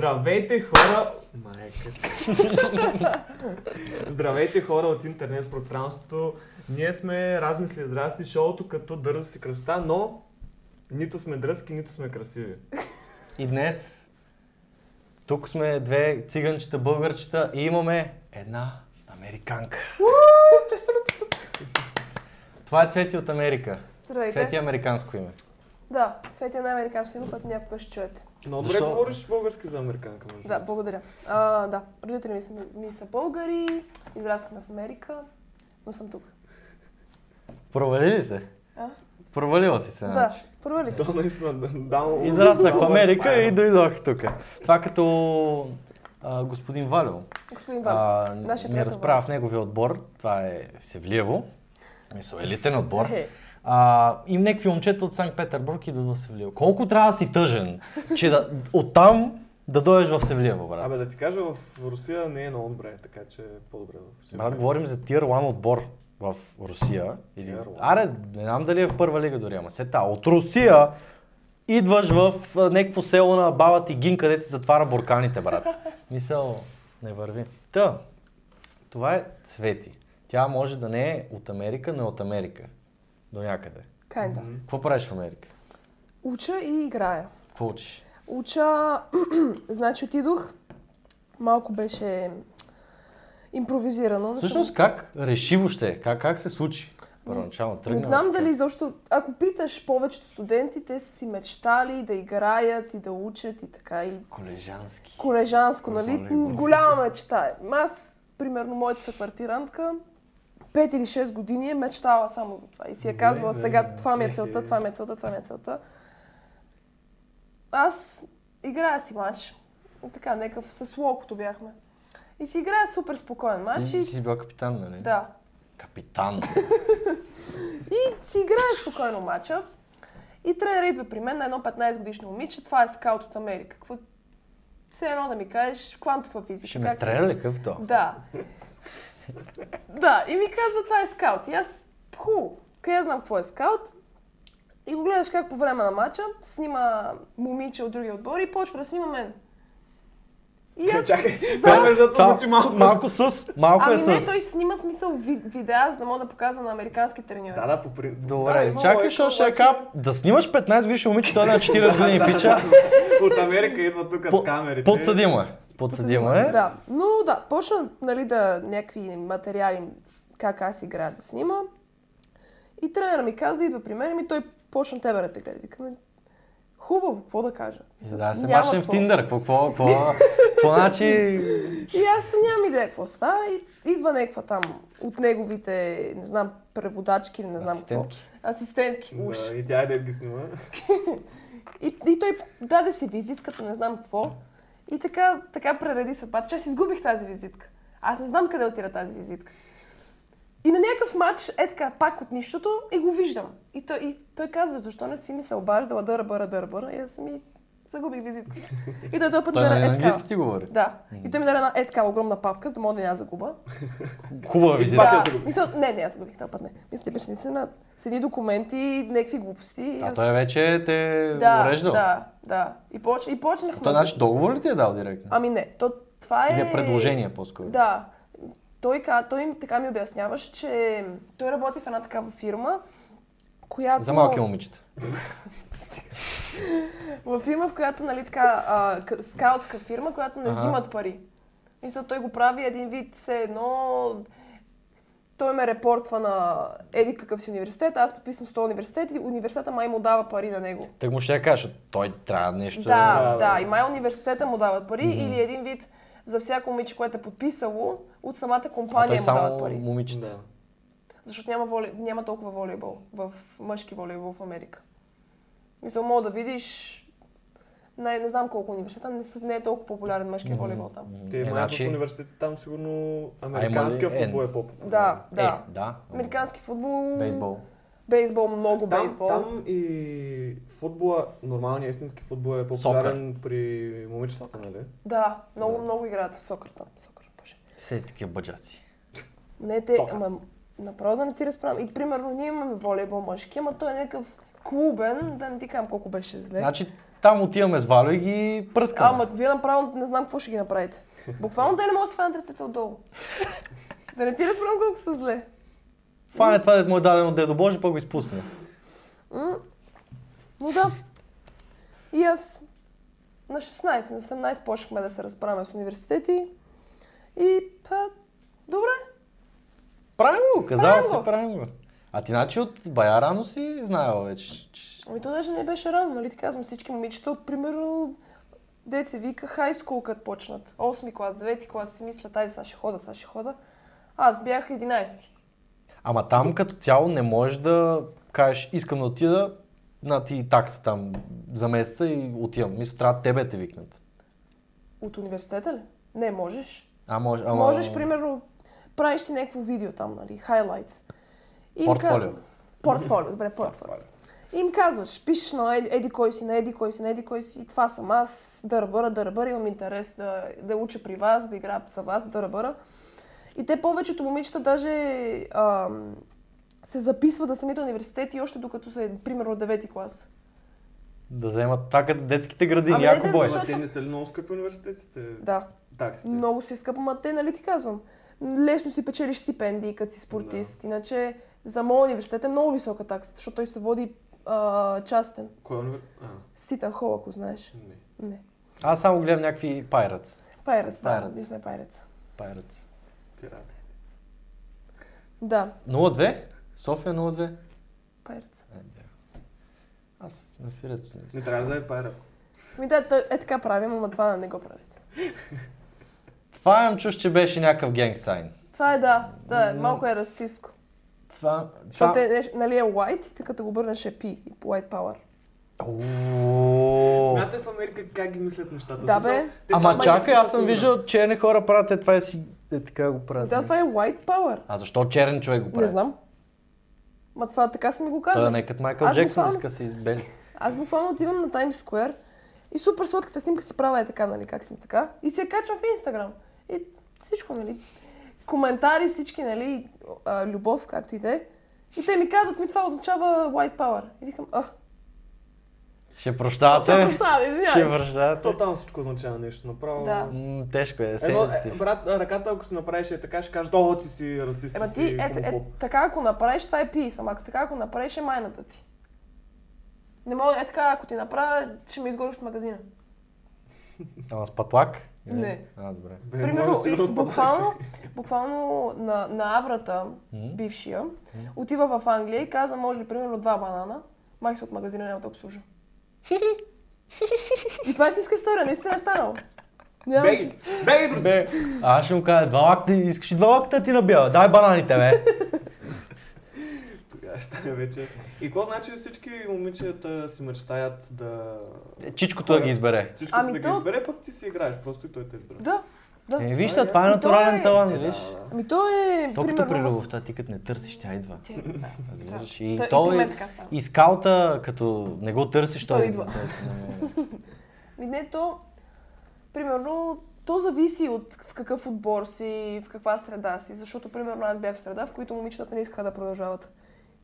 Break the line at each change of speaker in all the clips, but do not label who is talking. Здравейте хора... Майка. Здравейте хора от интернет пространството. Ние сме размисли здрасти шоуто като дързост и кръста, но нито сме дръзки, нито сме красиви.
И днес тук сме две циганчета, българчета и имаме една американка. Това е Цвети от Америка.
Здравейте.
Цвети е американско име.
Да, Цвети е най-американско име, което някога ще чуете.
Но добре
Защо?
говориш български за американка, между
Да,
другото.
благодаря. А, да, родители ми са, ми са българи, израснахме в Америка, но съм тук.
Провали ли се?
А?
Провалила си се,
Да,
значи.
провалих се.
То наистина да, да,
Израснах в
да,
Америка
да,
и дойдох тук. Това като а, господин Валю.
Господин Ван.
А,
нашия
не
приятел
разправя
Валю.
в неговия отбор. Това е Севлиево. Мисъл, елитен отбор.
Е.
А, им някакви момчета от Санкт Петербург идват в Севлиево. Колко трябва да си тъжен, че да, оттам да дойдеш в Севлиево, брат?
Абе да ти кажа, в Русия не е много добре, така че е по-добре в Русия.
Брат, говорим за Tier 1 отбор в Русия. Или...
Tier 1.
Аре, не знам дали е в първа лига дори, ама сета. От Русия идваш в а, някакво село на баба ти Гин, където се затваря бурканите, брат. Мисъл, не върви. Та, това е Цвети. Тя може да не е от Америка, но е от Америка. До някъде.
Кайнда.
М.
Какво правиш в Америка?
Уча и играя.
Какво учиш?
Уча, значи отидох, малко беше импровизирано. не съм-
Всъщност как реши въобще? Как, как се случи? Първоначално тръгна.
Не знам дали изобщо, ако питаш повечето студенти, те са си мечтали да играят и да учат и така и
Колежански.
колежанско, нали?
Волейбол.
Голяма мечта е. Аз, примерно, моята съквартирантка, 5 или 6 години е мечтала само за това. И си е
Добре,
казвала
да,
сега, това ми е
ех, е.
целта, това ми е целта, това ми е целта. Аз играя си матч. Така, нека с локото бяхме. И си играя супер спокоен матч.
Ти, ти
и-
си била капитан, нали?
значи- Да.
Капитан.
И си играе спокойно матча. И тренер идва при мен на едно 15 годишно момиче. Това е скаут от Америка. Какво... Все едно да ми кажеш квантова физика.
Ще ме
как-
стреля ли къв то?
Да. да, и ми казва, това е скаут. И аз, ху, къде знам какво е скаут? И го гледаш как по време на матча снима момиче от други отбори и почва да снима мен.
Е,
И аз...
Чакай, това между другото Е, звучи малко.
малко с. Малко е
Ами
с.
не, той снима смисъл ви- видеа, за да мога да показва на американски треньори.
Да, да, по принцип. да,
Добре,
има
чакай,
логика,
защото ще я
обаче-
кап. Да снимаш 15 годишно момиче, той е на 40 години пича.
От Америка идва тук
По-
с камерите.
Подсъдимо е. Подсъдимо е.
Да, но да, почна нали, да някакви материали как аз играя да снима. И тренера ми каза, идва при мен и ми той почна тебе да те гледа. Викаме, хубаво, какво да кажа?
За Е, Да, се
Няма
мачнем в
какво.
Тиндър. Какво, какво, какво, какво, значи...
И аз нямам идея какво става. И идва някаква там от неговите, не знам, преводачки или не знам
Асистентки.
какво. Асистентки. Уж.
Да, и тя е да ги снима.
И, и той даде си визитката, не знам какво. И така, така пререди съдбата, че аз изгубих тази визитка. Аз не знам къде отира тази визитка. И на някакъв матч, е така, пак от нищото, и го виждам. И той, и той казва, защо не си ми се обаждала, дъра, бъра, дъра, бъра. И аз ми загубих визитката. И той този път
Той на
даде е така.
английски ти говори.
Да. И той ми даде една е така огромна папка, за да мога да не я загуба.
Хубава
Пак
визита.
я загубих.
Мисля, не, не, аз загубих този път, не. Мисля, че беше наистина с едни документи, някакви глупости. и
А
аз-
той е вече те
да,
уреждал.
Да, да. И, поч... и почнахме.
Той значи договор ли ти е дал директно?
Ами не, то това е...
Или е предложение по-скоро?
Да. Той, ка- той им така ми обясняваше, че той работи в една такава фирма, която...
За малки момичета.
В фирма, в която, нали така, а, к- скаутска фирма, която не
Ага.
взимат пари. Мисля, той го прави един вид все едно... Той ме репортва на еди какъв си университет, аз подписвам 100 университет и университета май му дава пари на него.
Так му ще я кажа, защото той трябва нещо.
Да,
Да,
да.
да. И май университета му дават пари или един вид за всяко момиче, което е подписало, от самата
А
компания
той
му дават
само
е пари.
момичета.
Да.
Защото няма, воле... няма толкова волейбол в мъжки волейбол в Америка. Мисля, мога да видиш не, не знам колко университета, не, са- не е толкова популярен мъжки волейбол там.
Те
Е,
май
значи-
в университета там сигурно американския
е,
футбол е по-популярен.
Да, да.
Е, да.
Американски футбол,
Бейсбол.
бейсбол много
Там,
бейсбол.
там и футбола, нормалният истински футбол е популярен при момичетата, нали?
Да, много,
Да.
много играят в сокър там. Сокър, боже.
Все такива бъджаци.
Не, те,
Сокър.
ама, направо да не ти разправям. И примерно ние имаме волейбол мъжки, ама той е някакъв клубен, да не ти кажам колко беше зле.
Значи Там отиваме с Валю и ги пръскаме.
Ама, вие направо не знам какво ще ги направите. Буквално да не мога да свана ръцете отдолу. да не ти разправям колко са зле.
Фане това, дето му е дадено дедо Боже, пък го изпусне.
М? Но да. И аз на 16, на 17 почнахме да се разправяме с университети. И, па, добре.
Правим го, казал
Правим
си,
го.
правим го. А ти значи от бая рано си знаела вече. че-
Ами то даже не беше рано, нали ти казвам, всички момичета, от примерно, деца вика, хай скул като почнат. 8 клас, 9 клас си мисля, тази сега ще хода, сега ще хода. Аз бях 11.
Ама там като цяло не можеш да кажеш, искам да отида на ти такса там за месеца и отивам. Мисля, трябва тебе да те викнат.
От университета ли? Не, можеш.
А, може, ама...
Можеш, примерно, правиш си някакво видео там, нали, highlights. И им
Портфолио.
ка- Портфолио, добре, портфолио. И им казваш, пишеш на еди, еди кой си, на еди кой си, на еди кой си, това съм аз, дърбъра, дърбъра, имам интерес да, да уча при вас, да играя за вас, дърбъра. И те повечето момичета даже ам, се записват за самите университети още докато са, примерно, 9 клас.
Да вземат така детските градини,
Ами,
яко
не,
бой.
защо-
Ама те не са ли много скъпи университетите?
Да.
Таксите.
Много си скъпо, ма те, нали ти казвам, лесно си печелиш стипендии, като си спортист. Иначе за моят университет е много висока такса, защото той се води а, частен.
Кой университет? А,
Ситан хол, ако знаеш.
не.
Не.
Аз само гледам някакви пайрац.
Пайрец, да.
Пайрец.
Ние сме пайрец.
Пайрац.
Пират.
Да,
02? София 02?
пайрец.
Е, да. Аз на фирето си.
Не трябва да е пират.
Ми да, той е така правим, ама това не го правите.
Това им чуш, че беше някакъв генг сайн.
Това е да, да,
М.
малко е расистко.
Това...
Защото е, е, нали е white, и ти като го обърнеш е P, и white power.
Ооо.
Смятай в Америка как ги мислят нещата.
Да,
В смисъл,
бе.
те
Ама
там
чакай,
са
аз съм
сигурни.
виждал черни хора правят е това и си... Е така го правят.
Да, това е white power.
А защо черен човек го прави?
Не знам. Ма това така са ми го казали.
Той не е като Майкъл
Аз
Джексън,
буквално-
иска се избели.
Аз буквално отивам на Times Square и супер сладката снимка си правя е така, нали, как съм така. И се я качвам в Инстаграм. И всичко, нали. Коментари всички, нали, а, любов, както и да е. И те ми казват, ми това означава white power. И викам, а,
Ще
ще
прощавате.
прощава,
Ще
извинявай.
прощавате.
То там всичко означава нещо. Направо.
Да.
М, Тежко е,
Едно, е,
сензитив.
брат, а, ръката, ако си направиш е така, ще кажеш, о, ти си расист,
Ема
ти
ти, е,
си
е,
хомофоб.
така ако направиш, това е пи сама. Ако така ако направиш, е майната ти. Не мога, е така, ако ти направя, ще ме изгориш от магазина.
Ама с патлак? Или?
Не.
А, добре.
Бе,
Примерно,
моля, сигурно
и,
спадаш.
буквално, буквално на, на Аврата, бившия, отива в Англия и казва, може ли примерно два банана, мах се от магазина, няма да обслужа. и това е истинска история, наистина е станало. Няма-
Беги, беги, друзі!
Бе, а аз ще му кажа, два лакта, искаш и два лакта ти набия, дай бананите, бе.
Тогава ще стане вече. И какво значи всички момичета си мечтаят да...
Чичкото да ги избере.
Всичко ами
Ами
да
то-
ги избере, пък ти си играеш, просто и той те избере.
Да, да.
Е, виж, сега, това е
Ами
натурален
той е-
талант,
Е, да,
виж.
да.
Ами то е,
То като при
примерно... в-
любовта, ти като не търсиш, тя идва.
Ти, да.
Разбираш?
Да.
И е
Той- и
той
при мен така става.
и скалта, като не го търсиш,
Той
той
идва.
Той-
Ми не, то, примерно, то зависи от в какъв отбор си, в каква среда си. Защото, примерно, аз бях в среда, в които момичетата не искаха да продължават.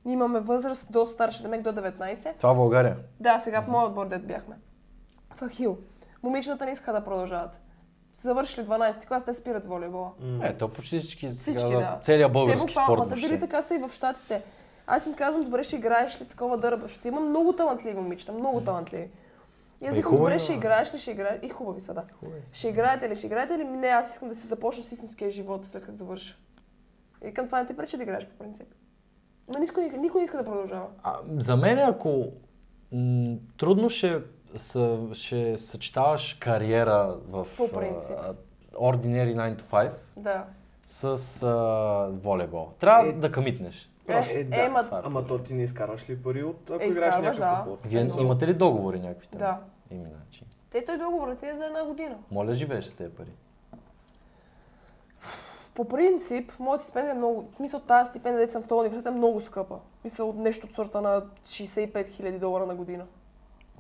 Ние имаме възраст до старше, демек до 19.
Това в България.
Да, сега в моят отбор дет бяхме. В Ахил. Момичетата не искаха да продължават. Завършили 12 клас, те спират с волейбола.
М.
Е, то почти всички,
Всички,
сега,
да.
целият
Те
български
буквално,
спорт.
да
въобще.
дори така са и в щатите. Аз им казвам, добре, ще играеш ли такова дърба, защото има много талантливи момичета, много талантливи. И аз
Е,
викам,
хубаво е,
добре,
да.
ще играеш ли, ще играеш. И хубави са, да. Ще играете ли, ще играете ли? Не, аз искам да си започна с истинския живот, след като завърша. И към това не ти пречи да играеш по принцип. Но никой, никой не иска да продължава.
А, за мен, ако м- трудно ще, съ, ще съчетаваш кариера в
По принцип.
а, ordinary 9 to 5
Да.
с а, волейбол. Трябва
Е,
да камитнеш.
Е, е, да.
ема-
това е.
Ама то ти не изкараш ли пари от ако
Е,
играеш
изкарваш,
някакъв
да.
футбол?
Вие
Мисъл,
имате ли договори някакви там?
Да.
Еми, значи.
Те той договорът ти е за една година.
Моля, живееш с тези пари.
По принцип, моята стипендия е много, в смисъл тази стипендия, дето съм в този университет, е много скъпа. Мисъл от нещо от сорта на 65 000 долара на година.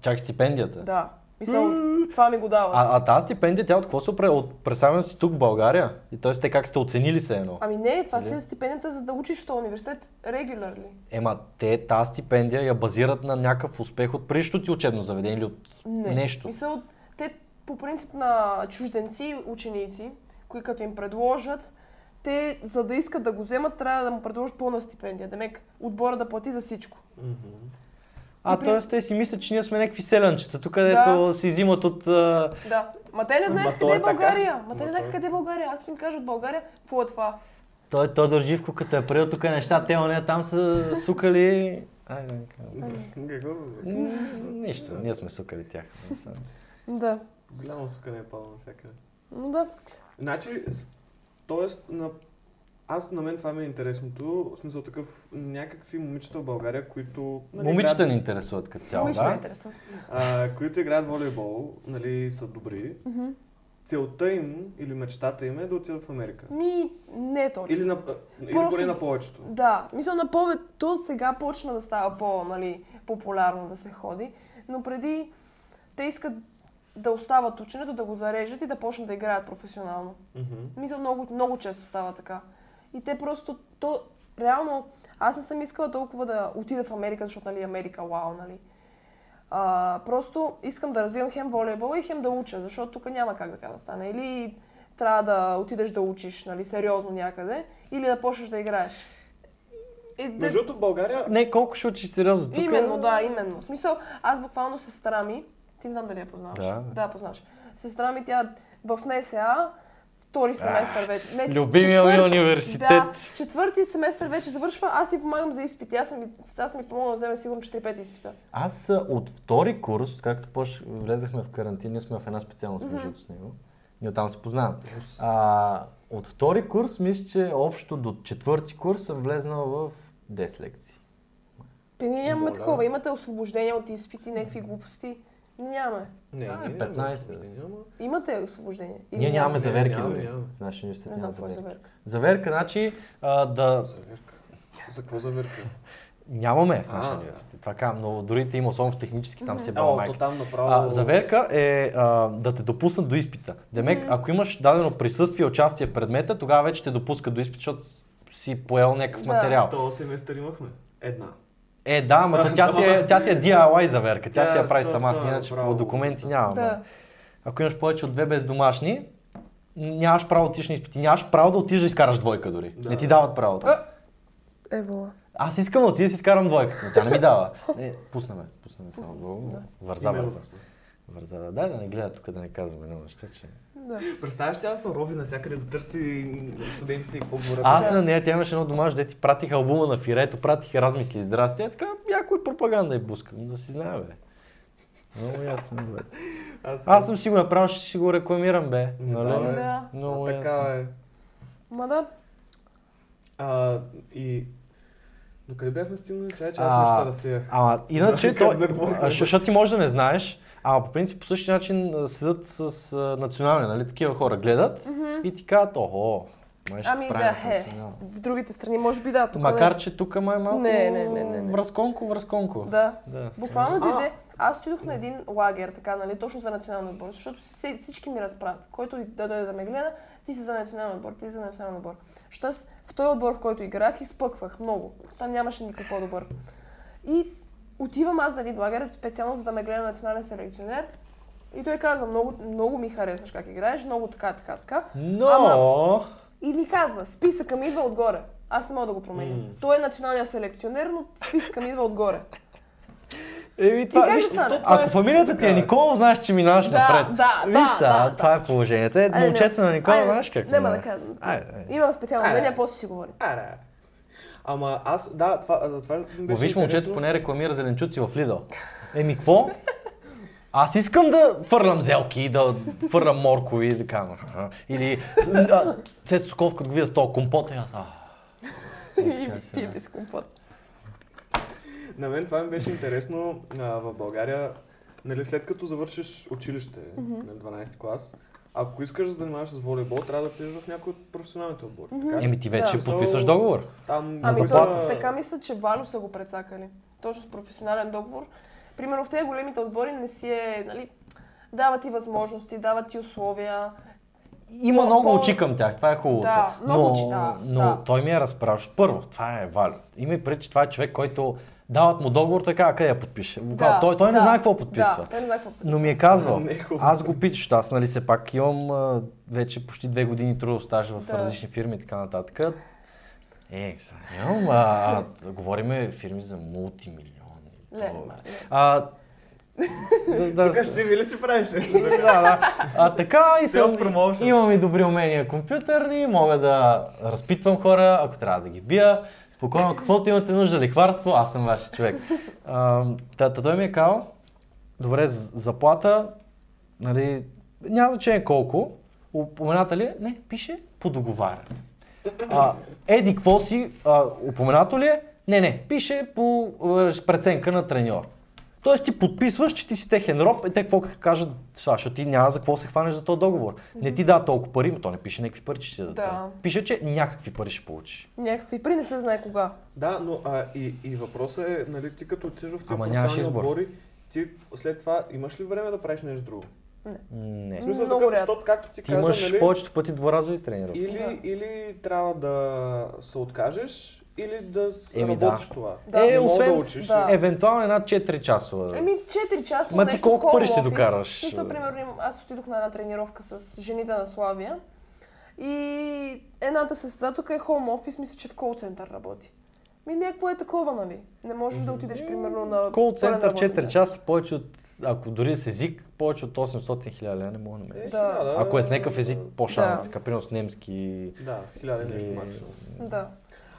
Чак стипендията.
Да. Мисъл, Това ми го дава.
А, а тази стипендия, тя от какво се опре? От представянето си тук в България? И т.е. те как сте оценили се едно?
Ами не, това си е стипендията за да учиш в този университет регулярно.
Ема, те тази стипендия я базират на някакъв успех от предишното ти учебно заведение или от нещо.
Мисъл, те по принцип на чужденци, ученици, които като им предложат, те за да искат да го вземат, трябва да му предложат пълна стипендия. Демек, отбора да плати за всичко.
А,
при-
т.е. те си мислят, че ние сме някакви селянчета, тук където си взимат от... а,
Да. Ма те не
Ма
знаят
то
къде
е
е
така.
България. Ма те
Ма
не
то
знаят
е.
къде е България. Аз им кажа от България, какво е това?
Той, той държи в куката, е приел тук неща, те не там са сукали... Ай, да не кажа.
Ами.
Какво да звучи?
М, Нищо, ние сме сукали тях. Не знам.
Да.
Голямо сукане е пало навсякъде.
Ну да.
Значи, с- тоест, на... аз на мен това ми е интересното. В смисъл такъв, някакви момичета в България, които... нали,
Момичета
играят-
ни интересуват като цяло,
Момичета е
да?
интересно.
а, които играят волейбол, нали, са добри. Целта им или мечтата им е да отидат в Америка.
Ми, не е точно.
Или, на, или
Просто-
поне на повечето.
Да, мисля на повечето сега почна да става по, нали, популярно да се ходи, но преди те искат да остават ученето, да го зарежат и да почнат да играят професионално.
Мгм.
Мисля, много, много често става така. И те просто, то, реално, аз не съм искала толкова да отида в Америка, защото, нали, Америка, вау, нали. А, просто искам да развивам хем волейбола и хем да уча, защото тук няма как така да стане. Или трябва да отидеш да учиш, нали, сериозно някъде, или да почнеш да играеш. И, да,
Между другото, България...
Не, колко ще учиш сериозно тук? е-
Именно, да, именно. В смисъл, аз буквално сестра ми, ти не знам дали я познаваш.
Да.
да познаваш. Сестра ми, тя в НСА, втори семестър вече. Не,
Любимия ми
четвърти-
университет.
Да, четвърти семестър вече завършва, аз си помагам за изпити. Аз съм, аз съм ми помогнала да взема сигурно 4-5 изпита.
Аз а, от втори курс, както пош влезахме в карантина, сме в една специалност между mm-hmm. с него. Ние оттам се познаваме. А, от втори курс, мисля, че общо до четвърти курс съм влезнал в 10 лекции.
При ние нямаме
Моля.
такова. Имате освобождения от изпити, някакви глупости. Нямаме.
Не,
Да,
не, не,
15
не, не, няма.
Имате освобождение. Или
Ние нямаме
Не,
заверки
нямаме,
дори.
нямаме.
В нашия университет
Не
няма
знам какво е
заверки.
заверка.
Заверка, значи а, да
Заверка. За какво заверка?
нямаме в нашия
А.
университет. Това казвам, но другите има, особено в технически, там се бава
О, то
майка.
там
А,
направо...
заверка е а, да те допуснат до изпита. Демек, ако имаш дадено присъствие, участие в предмета, тогава вече те допускат до изпит, защото си поел някакъв
Да.
материал.
То семестър имахме. Една.
Е, да, ма то тя, си е, тя си е DIY заверка, тя
Тя-
си я прави
то-
сама,
то е
иначе по
право.
документи няма. ма.
Да.
Ако имаш повече от две без домашни, нямаш право да отиш на изпити, нямаш право да отиш да изкараш двойка дори.
Да.
Не ти дават правото.
А, Евола.
Аз искам да отида да си изкарам двойка, но тя не ми дава. Не, пуснаме, пуснаме само. Бог. Върза,
Име
върза.
Румен.
Върза, да, дай да не гледа тук, да не казваме едно неща, че...
Да.
Представяш, тя се рови навсякъде да търси студентите и какво говорят.
Аз
Да.
на нея, тя имаше едно домашно, де ти пратиха албума на Фирето, пратиха размисли и здрасти, е така, яко и пропаганда и бускам, да си знае, бе. Много ясно, бе.
Аз,
Аз съм си го направил, ще си го рекламирам, бе.
Да,
Нали?
бе.
Да.
Много
а, така е.
Ма да.
А, и... До къде бяхме стигнали? Чай, че аз
А,
нещо се разсеях.
Ама, иначе,
Как
то,
заговорихме?
а, защото ти може да не знаеш, а по принцип по същия начин а, седат с а, национални, нали, такива хора гледат и ти казват, охо, май ще
Ами
ти
да,
правим
е.
национално.
В другите страни може би да. тук е-
Макар,
не.
че тук май малко
Не, не, не, не, не.
връзконко, връзконко.
Да.
да.
Буквално
А.
дойде. Аз отидох на един лагер, така, нали, точно за национален отбор, защото си- всички ми разправят. Който и да дойде да ме гледа, ти си за национален отбор, ти си за национален отбор. Защото аз в този отбор, в който играх, изпъквах много. Там нямаше никой по-добър. И отивам аз на един лагер, специално за да ме гледа национален селекционер. И той казва, много, много ми харесваш как играеш, много така, така, така.
Но,
Ама- И ми казва, списъка ми идва отгоре. Аз не мога да го променя.
М.
Той е националният селекционер, но списъка ми идва отгоре.
еми
И
това,
как
виж,
ще стане?
това е
ако фамилията ти е
така, бе.
Никола, знаеш, че минаваш
Да,
напред.
да,
Виж
да,
сега,
да,
това е положението. Е,
Айде,
момчето на Никола,
айде,
знаеш как
Няма
минава.
да казвам.
Айде, айде.
Е. Имам специално
Айде.
мнение, а после ще си говорим.
Аре. Ама аз, да, това, за това ми беше
Ма виж, момчето
интересно.
поне рекламира зеленчуци в Лидъл. Еми, какво? Аз искам да фърлям зелки, да фърлям моркови и така. аха. Или а, Цецо Соков, като го видя с този компот, и аз... а.
И
Е, така се
ти
да.
без компот.
На мен това ми беше интересно а, в България. Нали, след като завършиш училище, на 12 клас, ако искаш да се занимаваш с волейбол, трябва да отидеш в някой от професионалните отбори. Така?
Еми, Ами ти вече
Да.
подписваш договор.
Там
Ами
заплата
то,
си.
така мисля, че Валю са го прецакали. Точно с професионален договор. Примерно в тези големите отбори не си е, нали, Дават ти възможности, дават ти условия.
Има
По-
много
по-
очи към тях, това е хубаво.
Да, много
но,
очи, да,
но
да.
той ми е разправящ. Първо, това е Валю. Има и пред, че това е човек, който дават му договор, така, къде я подпише. Да,
Да,
той, той не
да,
знае какво подписва.
Да, той не знае какво подписва.
Но ми е казвал,
Не е хубаво.
аз го питаш, аз нали все пак имам а, вече почти две години трудов стаж в
Да.
различни фирми и така нататък. Е, имам, а, а, говориме фирми за мултимилионни.
Ле,
долари.
ле.
А, да, да,
Тук си ви ли си правиш вече?
да, да. А, така и съм,
Self-promotion.
имам и добри умения компютърни, мога да разпитвам хора, ако трябва да ги бия. Спокойно, каквото имате нужда, лихварство, аз съм вашия човек. А, та, та той ми е казал, добре, з- заплата, нали, няма значение колко, упомената ли е? Не, пише по договаряне. А, еди, какво си, а, упоменато ли е? Не, не, пише по а, преценка на треньор. Тоест ти подписваш, че ти си техен роб и те какво кажат, сега, защото ти няма за какво се хванеш за този договор. Не ти да толкова пари, но то не пише някакви пари, че ще ти даде.
Да.
Пише, че някакви пари ще получиш.
Някакви при не се знае кога.
Да, но а, и, и въпросът е, нали, ти като отидеш в тези
Ама нямаш
професионални
избор.
отбори, ти след това имаш ли време да правиш нещо друго?
Не.
В смисъл
Е, Много
такъв,
рядко.
защото както ти,
Ти
каза,
имаш
нали,
повечето пъти дворазови тренировки.
или,
Да.
или трябва да се откажеш, или да с-
Еми, да.
работиш това.
Да.
е,
не мога
освен,
да учиш.
Да.
евентуално една 4 часова.
Еми, 4 часа.
Ма ти
нещо,
колко
home
пари ще
office.
докараш?
Мисля, примерно, им- аз отидох на една тренировка с жените на Славия. И едната сестра тук е хоум офис, мисля, че в кол център работи. Ми някакво е такова, нали? Не можеш да отидеш примерно на...
Кол
пълен
център
работен
4
ден.
часа, повече от, ако дори с език, повече от 800 хиляди лева не мога да намериш.
Е,
Да.
хиляда-
Ако е с някакъв език, Е. по-шано,
Да.
така, примерно с немски.
Да, хиляда нещо
Или-
максимум.
Да.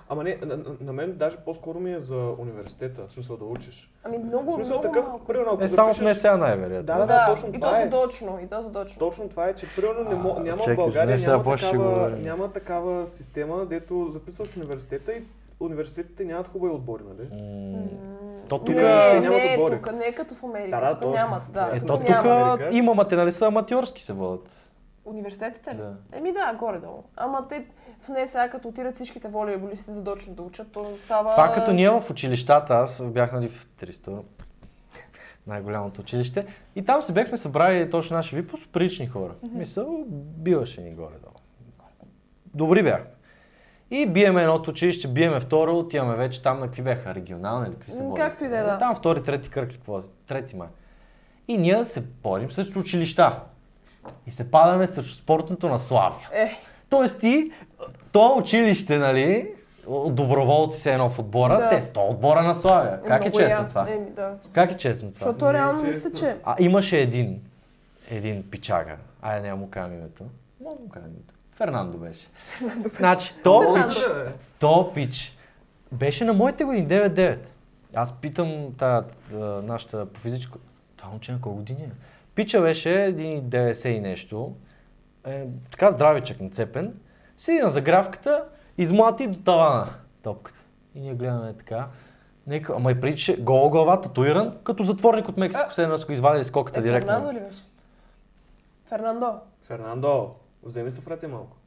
Ама не, на, на- на мен даже по-скоро ми е за университета, в смисъл да учиш.
Ами много,
В смисъл
много
такъв,
малко.
примерно,
искам.
Е,
Ако
само в
запишеш-
НСА най-вероятно.
Да, да,
да,
точно
и
това
то
е.
задочно, и то задочно.
Точно това е, че примерно не
А,
мо, няма
чакай,
в България,
извинявай, сега
няма
после ще
такава,
говорим.
няма такава система, дето записваш в университета и университетите нямат хубави отбори, нали?
М, То тук.
тука-
не,
нямат
не,
отбори.
тук, не е като в Америка,
Да, да,
тук
точно.
нямат, да.
Е,
Е,
то
то
тук
тук
нямат.
Америка.
имаме, те нали са аматьорски се водят.
Университетите ли?
Да.
Еми да, горе-долу. Ама те в НСА, като отират всичките волейболисти задочно да учат, то става...
Това като ние в училищата, аз бях нали в 300 най-голямото училище. И там се бяхме събрали точно нашия випуск, прилични хора. Мисъл, биваше ни горе-долу. Добри бяхме. И биеме едното училище, биеме второ, отиваме вече там на какви бяха, регионални или какви се
М,
водят.
както и да е, да.
Там втори, трети кръг, ли, какво, е, трети май. И ние се борим срещу училища. И се падаме срещу спортното на Славия.
Е,
Тоест ти, то училище, нали, от доброволци се едно в отбора,
Да.
те са 100 отбора на Славия. Как е
много
честно
ясно.
това?
Еми да.
Как е честно това?
Защото
не е
реално мисля,
честно.
че...
А имаше един, един пичага, айде няма му казвам името, мога да му казвам името, Фернандо беше. значи, то
Фернандо.
пич, то пич, беше на моите години, 9-9. Аз питам тая, а, нашата по физическо, това момче на колко години е? Пича беше един 90 и нещо, е, така здравичък нацепен, седи на загравката, измлати до тавана топката. И ние гледаме така. Нека, ама и приличаше гола глава, татуиран, като затворник от Мексико, след нас го извадили скоката
Е,
директно.
Фернандо ли беше? Фернандо.
Фернандо, вземи се в ръце малко.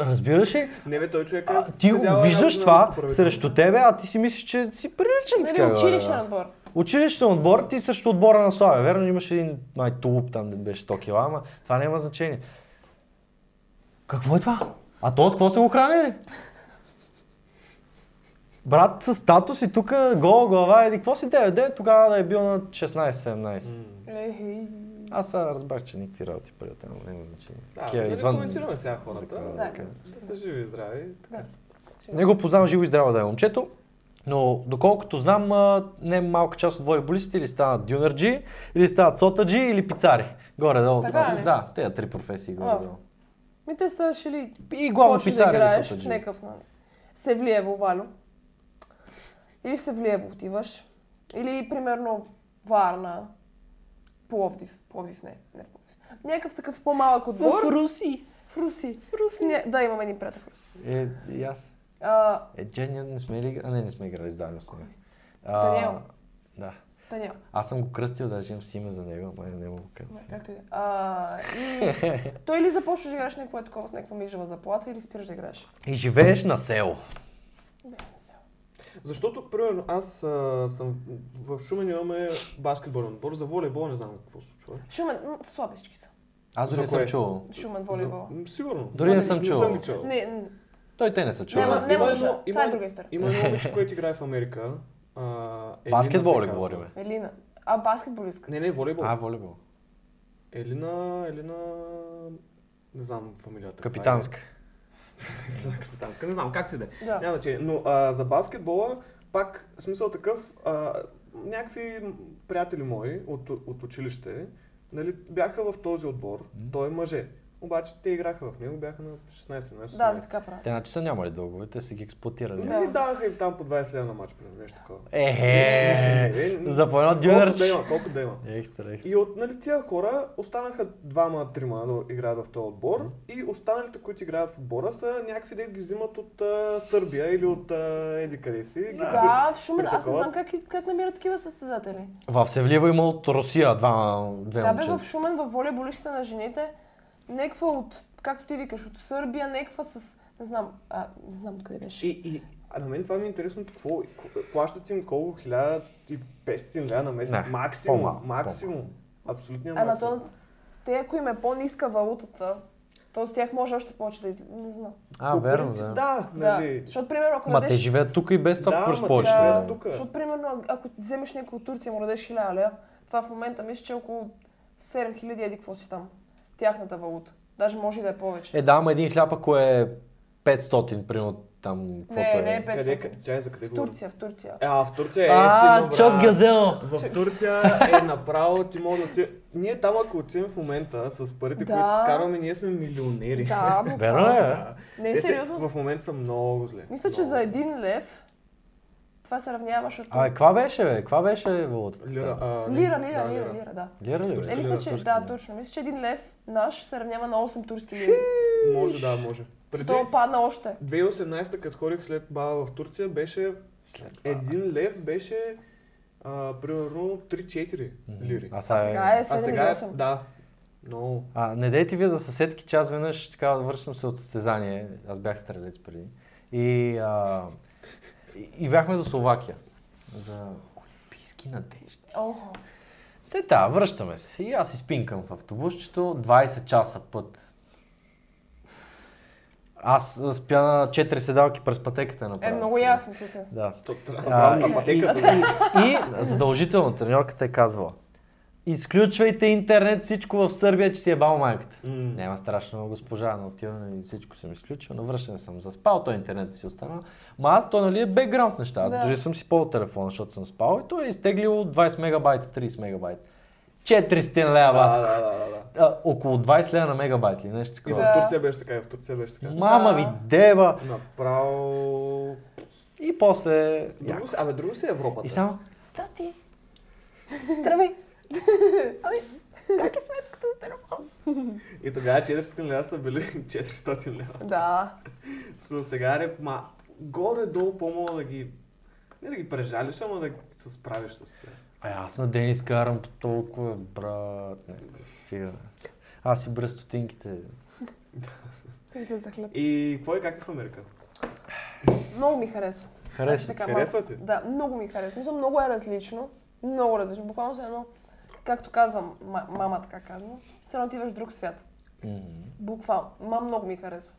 Разбираш ли?
Не бе, той човек е
А, ти
седял
го виждаш
на-
това
на правителство.
срещу тебе, а ти си мислиш, че си приличен.
Нали,
така,
училищен
бе,
отбор.
бе. Училищен отбор, ти срещу отбора на Славя. Верно, имаше един май тулуп там, де беше 100 кила, ама това няма значение. Какво е това? А то с какво са го хранили? Брат с статус и тук гола глава, еди, какво си 9, де, тогава да е бил на 16-17.
М,
Ехе.
Аз сега разбрах, че никакви работи преди там няма значение.
Да,
Такива
да не
извън-
коментираме сега хората.
закона,
Да.
Да.
така.
са живи и здрави. Така.
Не го познавам живо и здраво да е момчето, но доколкото знам, а, не малка част от волейболистите или станат дюнерджи, или стават сотаджи, или пицари. Горе-долу.
Така е.
това са-
ли?
Да, тези три професии горе-долу.
Ми те са шили
И главно
почваш да
пицари или
играеш в
сотаджи.
някакъв, нали? Севлиево, Валю. Или в Севлиево отиваш. Или, примерно, Варна. Пловдив. Пловдив не, не в Пловдив. Някакъв такъв по-малък отбор.
В Руси.
В Руси. В Руси. Не, да, имам един приятел в Руси.
Е, и аз.
А,
Е, че ние не сме ли... А, не, не сме играли заедно с него. А,
Даниел.
Да.
Даниел.
Аз съм го кръстил, даже имам си име за него, ама не мога го
Ма,
кръстя.
Както и да е. А, и той или започваш да играеш някакво е такова с някаква мижева заплата, или спираш да играеш.
И живееш на село.
Не, не знам.
Защото, примерно, аз а, съм в в Шумен имаме баскетболен отбор, за волейбол не знам какво се случва.
Шумен, м, слабички са.
Аз дори
За
не съм
кое?
чувал.
Шумен
За-
волейбол.
м, Сигурно. Нали,
Дори не съм
не
чувал.
съм ги чувал.
Не, н-
Той те не са чувал.
няма,
аз
няма
има
лъжа.
едно-
Това е
има-
друга история.
Има едно момиче, което играе в Америка. А, Елина
Баскетбол
се
ли
казва.
говорим?
Елина. А баскетболистка.
Не, не, волейбол.
А, волейбол.
Елина, Елина... Не знам фамилията.
Капитанска.
За капитанска, не знам, както и да е.
Да.
Няма значение. Но а, за баскетбола, пак смисъл такъв, а, някакви приятели мои от, от училище нали, бяха в този отбор,
М.
той е мъже. Обаче те играха в него, бяха на 16-17.
Да, така правя.
Те иначе са нямали дългове, те са ги експлуатирали.
да. Ми Нали, даваха им там по 20 лева на матч, примерно нещо
Е,
такова.
Ехе,
Е,
за по едно
Колко да
дюнерче.
има, колко да има.
Екстра, екстра.
И от нали, тия хора останаха двама-трима да играят в този отбор и останалите, които играят в отбора са някакви, де ги взимат от а, Сърбия или от а, еди къде си. Ги
Да, в Шумен. Аз не
Протокол.
знам как, как намират такива състезатели.
В Севлиево е има от Русия два, две
Да, бе,
момчета.
в Шумен, в волейболистите на жените, някаква от, както ти викаш, от Сърбия, някаква с, не знам, а, не знам откъде беше.
И, и а на мен това ми е интересно, какво, ко- плащат им колко, 1500 лева на месец,
Не,
максимум,
по-малко,
максимум, абсолютния
Ама
максимум.
то, те, ако им е по-ниска валутата, то с тях може още повече да излезе. Не знам.
А,
По
верно,
принцип,
да.
да.
Да.
нали,
Защото, примерно, ако
Ма те
дадеш...
живеят тук и без
Да,
това
ма
през
те
повече
живеят
време.
тук.
Защото, примерно, ако вземеш някой от Турция и му дадеш 1000 лева, това в момента мисля, че е около 7000 еди какво си там. Тяхната валута. Даже може и да е повече.
Е, да, ама един хляб, ако е 500, примерно там, каквото
не, не е
е.
500.
Къде, къде, тя е за къде
В
говорим?
Турция, в Турция.
Е, А, в Турция е
А, е
ефтино,
чок
брат.
газел!
В Турция е направо, ти мога да отидеш. Ние там, ако отидем в момента с парите,
Да.
които скарваме, ние сме милионери.
Да,
Верно
буквално.
е.
Да.
Не е
Те се-
сериозно.
В момента са много зле.
Мисля, че
Много
за
зле.
един лев това се равняваш от...
Абе, каква беше, бе? Каква беше валутата?
Лира, а, не,
лира,
да,
лира, лира, лира, да.
Лира ли, бе?
Е, мисля, че,
Турски
да,
лира.
точно. Мисля, че един лев наш се равнява на 8 турски лири.
Може, да, може. Преди
То падна още.
2018, като ходих след баба в Турция, беше
След това.
един лев, беше а, примерно 3-4
Мгм.
лири.
А
А сега е
сега е...
7
А сега,
или 8.
да, много.
А, не дейте вие за съседки, че аз веднъж така връщам се от състезание. Аз бях стрелец преди. И, а, и, и бяхме за Словакия. За олимпийски надежди.
Охо.
След това, връщаме се. И аз изпинкам в автобусчето, 20 часа път. Аз а, спя на 4 седалки през пътеката на
Е, много ясно тук.
Да.
То трябва
А,
да
и-
пътеката. да си.
И задължително треньорката е казвала, изключвайте интернет, всичко в Сърбия, че си е бал майката.
М.
Няма страшно, госпожа, но отивам и всичко съм изключил, но връщен съм заспал, той интернет си остана. Ма аз, то нали е бекграунд неща,
Да.
да. дори съм си пол телефона, защото съм спал и той е изтеглил 20 мегабайта, 30 мегабайта. 400 лева,
Да,
батко.
да, да, да, да.
А, около 20 лева на мегабайт или нещо
И
такова.
в Турция беше така, и в Турция беше така.
Мама
Да.
ви дева!
Направо...
И после...
Друго, си- абе, друго си е Европа.
И само...
Тати! Тръби! Ами, как е сметката на телефон?
И тогава 400 лева са били 400 лева.
Да.
Со сега реп, ма горе-долу по-мога да ги... Не да ги прежалиш, ама да се справиш с тях.
Е, аз на ден изкарам по толкова, брат. Не, стига. Аз си бра стотинките.
Сега за хлеб.
И какво е как е в Америка?
Много ми харесва. Значи
Харесва ти.
така, малко-
Харесва ти?
Да, много ми харесва. Мисля, много е различно. Много различно. Буквално се едно, както казвам, ма- мама така казва, се едно отиваш в друг свят.
Мгм.
Буквално. Ма много ми харесва.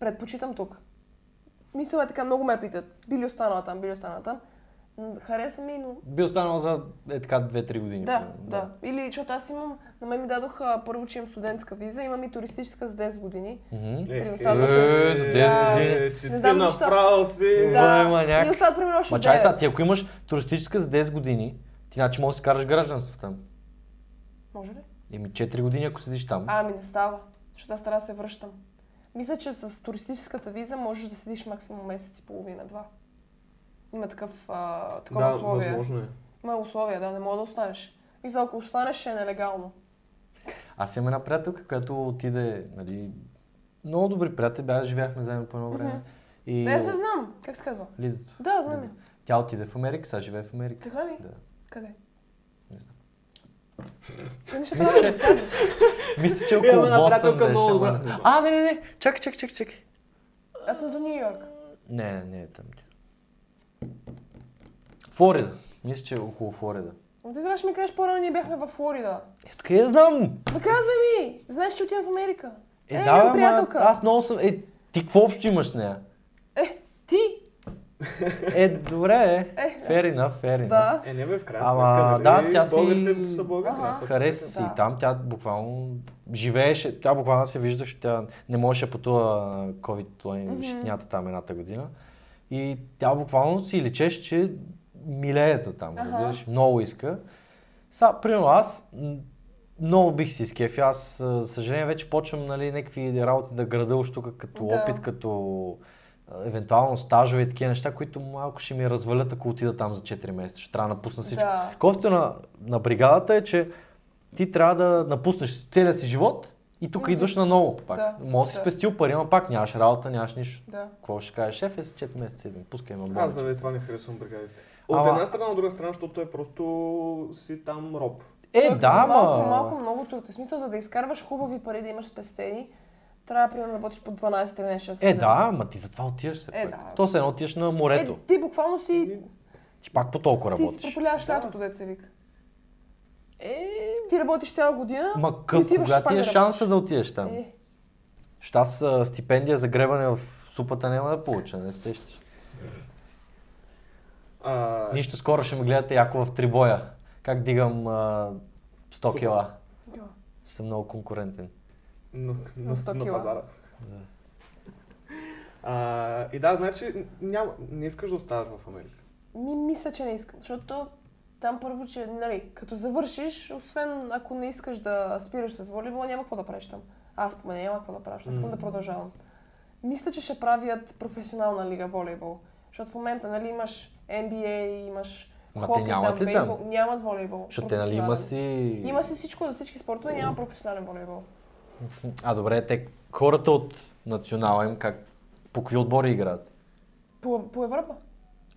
Предпочитам тук. Мисъл е така, много ме питат. Би ли останала там, би ли останала там. М, Харесва ми, но
Би останал за е така 2-3 години.
Да,
примерно.
да. Или, защото аз имам, на мен ми дадоха, първо, че имам студентска виза, имам и туристическа за 10 години.
Мгм.
Е,
достатъчно.
е,
за
10
години.
Че
Не
ти
знам защо.
направил си...
Да. Добре, Е, ма, някак-
и остават примерно още
Ма чай
9.
сега, ти ако имаш туристическа за 10 години, ти значи можеш да си караш гражданство там.
Може ли?
Еми 4 години, ако седиш там.
А, ами не става, защото аз трябва да се връщам. Мисля, че с туристическата виза можеш да седиш максимум месец и половина, два. Има такъв, а, такова
Да,
условие.
възможно е.
Има условия, да, не мога да останеш. Мисля, ако останеш, ще е нелегално.
Аз имам една приятелка, която отиде, нали, много добри приятели, бях, живяхме заедно по едно време. И...
Да, аз се знам. Как се казва?
Лидото.
Да, знам. я.
Тя отиде в Америка, сега живее в Америка.
Така ли?
Да,
Къде?
не знам.
Те не ще
Мисля,
трябва
че-
да ти кажеш.
Мисля, че
Имаме
около
една
Бостън
приятелка
беше,
много
ама не
добра.
знам. А, не, не, не, чакай, чакай, чакай, чакай.
Аз съм до Нью Йорк.
Не, не, не е там. тя. Флорида. Мисля, че е около Флорида.
Ти трябваше да ми кажеш по-рано, ние бяхме във Флорида.
Е, къде я знам?
Ма казвай ми! Знаеш, че отивам в Америка.
Е,
Е,
да,
имам
бе, ма,
приятелка.
аз много съм... Е, ти какво общо имаш с нея?
Е, ти!
Е, добре, е.
Е,
Fair enough, fair enough.
да.
Е, не бе, в крайна
Ама,
сметка, нали,
да, тя си-
българите са българи.
Аха.
аз съм
Хареса си
Да.
и там, тя буквално живееше, тя буквално се виждаше, тя не можеше да пътува на COVID
Мгм.
mm-hmm. там едната година. И тя буквално си личеше, че милеята там,
Аха.
разбираш, много иска. Сега, примерно аз м, много бих си скефи, аз а, за съжаление вече почвам нали, някакви работи да града уж тук като
Да.
опит, като а, евентуално стажове и такива неща, които малко ще ми развалят, ако отида там за 4 месеца. Ще трябва да напусна всичко.
Да.
Кофето на, на бригадата е, че ти трябва да напуснеш целия си живот и тук
Мгм.
идваш наново пак.
Да,
Може да си
да.
спестил пари, но пак нямаш работа, нямаш нищо.
Да.
Какво ще кажеш, шеф, е след 4 месеца идвам, пускай ме
Аз
болница.
заради това не харесвам бригадите. От
Ама-
една страна, от друга страна, защото той просто си там роб.
Е,
Той
да,
Малко, малко,
ма.
много труд. В смисъл, за да изкарваш хубави пари, да имаш спестени, трябва примерно да работиш по 12-13
Е, да, ма ти затова отиваш се. пак.
Е, да.
То се едно отиваш на морето.
Е, ти буквално
Ами,
си,
Ти пак по толкова
ти си
работиш.
пропиляваш
Да.
лятото, деца вика.
Е,
Ти работиш цяла година,
ма
и
къв,
отиваш
кога
пак
ти е
да
шанса да отидеш там?
работиш. Е,
Ща с а, стипендия за гребане в супата няма да получа, не се сещаш.
А,
Нищо скоро ще ме гледате яко в трибоя. Как дигам а, 100
Супер.
кила.
да.
Ще съм много конкурентен.
на, на,
сто
на
кила.
пазара. А, и да, значи няма, не искаш да оставаш в Америка.
Ми, мисля, че не искам, защото там първо, че нали, като завършиш, освен ако не искаш да спираш с волейбол, няма какво да правиш там. Аз по мен няма какво да правя, защото искам
Мгм.
да продължавам. Мисля, че ще правят професионална лига волейбол, защото в момента нали, имаш NBA, имаш
Ма те
хокей,
нямат ли там?
бейсбол. Нямат волейбол.
Защото те, нали, има
професионален.
си...
Има си всичко за всички спортове, няма професионален волейбол.
А, добре, те хората от национала им как... По какви отбори играят?
По, по Европа?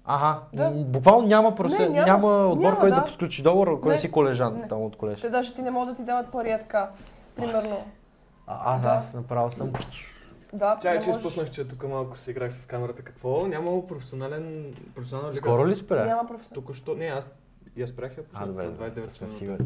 Аха,
Да.
м, буквално няма, професор...
Не, няма.
няма, отбор,
Няма,
който да.
да.
сключи договор, ако не
Не.
си колежан
Не.
там от колеж.
Те даже ти не могат да ти дават пари е така. Примерно.
А, аз,
Да.
аз направо съм...
Да,
Чай,
не
че
можеш.
изпуснах, че тук малко си играх с камерата. Какво? Нямало професионален, професионална лига.
Скоро ли спря?
Няма професионален.
Тук що... Не, аз я спрях я
А,
пуснах
добре,
на
добре,
29
сме
минути.
сигурни.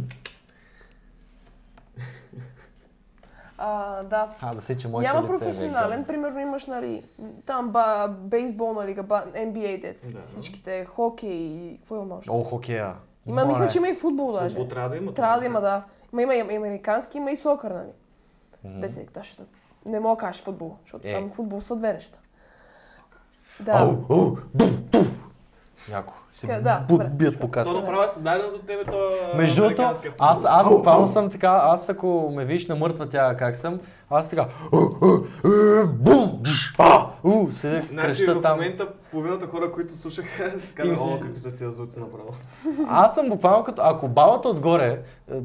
А, да.
А, да се, че моите
Няма
лице е вега.
професионален, примерно имаш, нали, там ба, бейсболна лига, ба, NBA деца,
Да, да.
всичките, хокей и какво има още.
О, хокея.
Има,
Моля.
мисля, че има и футбол даже.
Футбол трябва да има.
Трябва да има, да. Има, има и американски, има и сокър, нали.
Мгм.
Те си, да, ще... Не мога да кажеш футбол, защото
Е.
там футбол са две неща.
Ау,
Да.
ау, бум, бум. Яко. Се
Ка- да,
бу-
добре.
бият по каска.
То направо е създаден за тебе то
Между другото, аз, аз буквално съм така, аз ако ме видиш на мъртва тя как съм, аз така «У, у, у, бум, дж, а, у, седя
Значи
кръща
в
там.
момента половината хора, които слушаха, ще
Им
казаха,
се-
о, какви са тия звуци направо.
Аз съм буквално като, ако балата отгоре, е,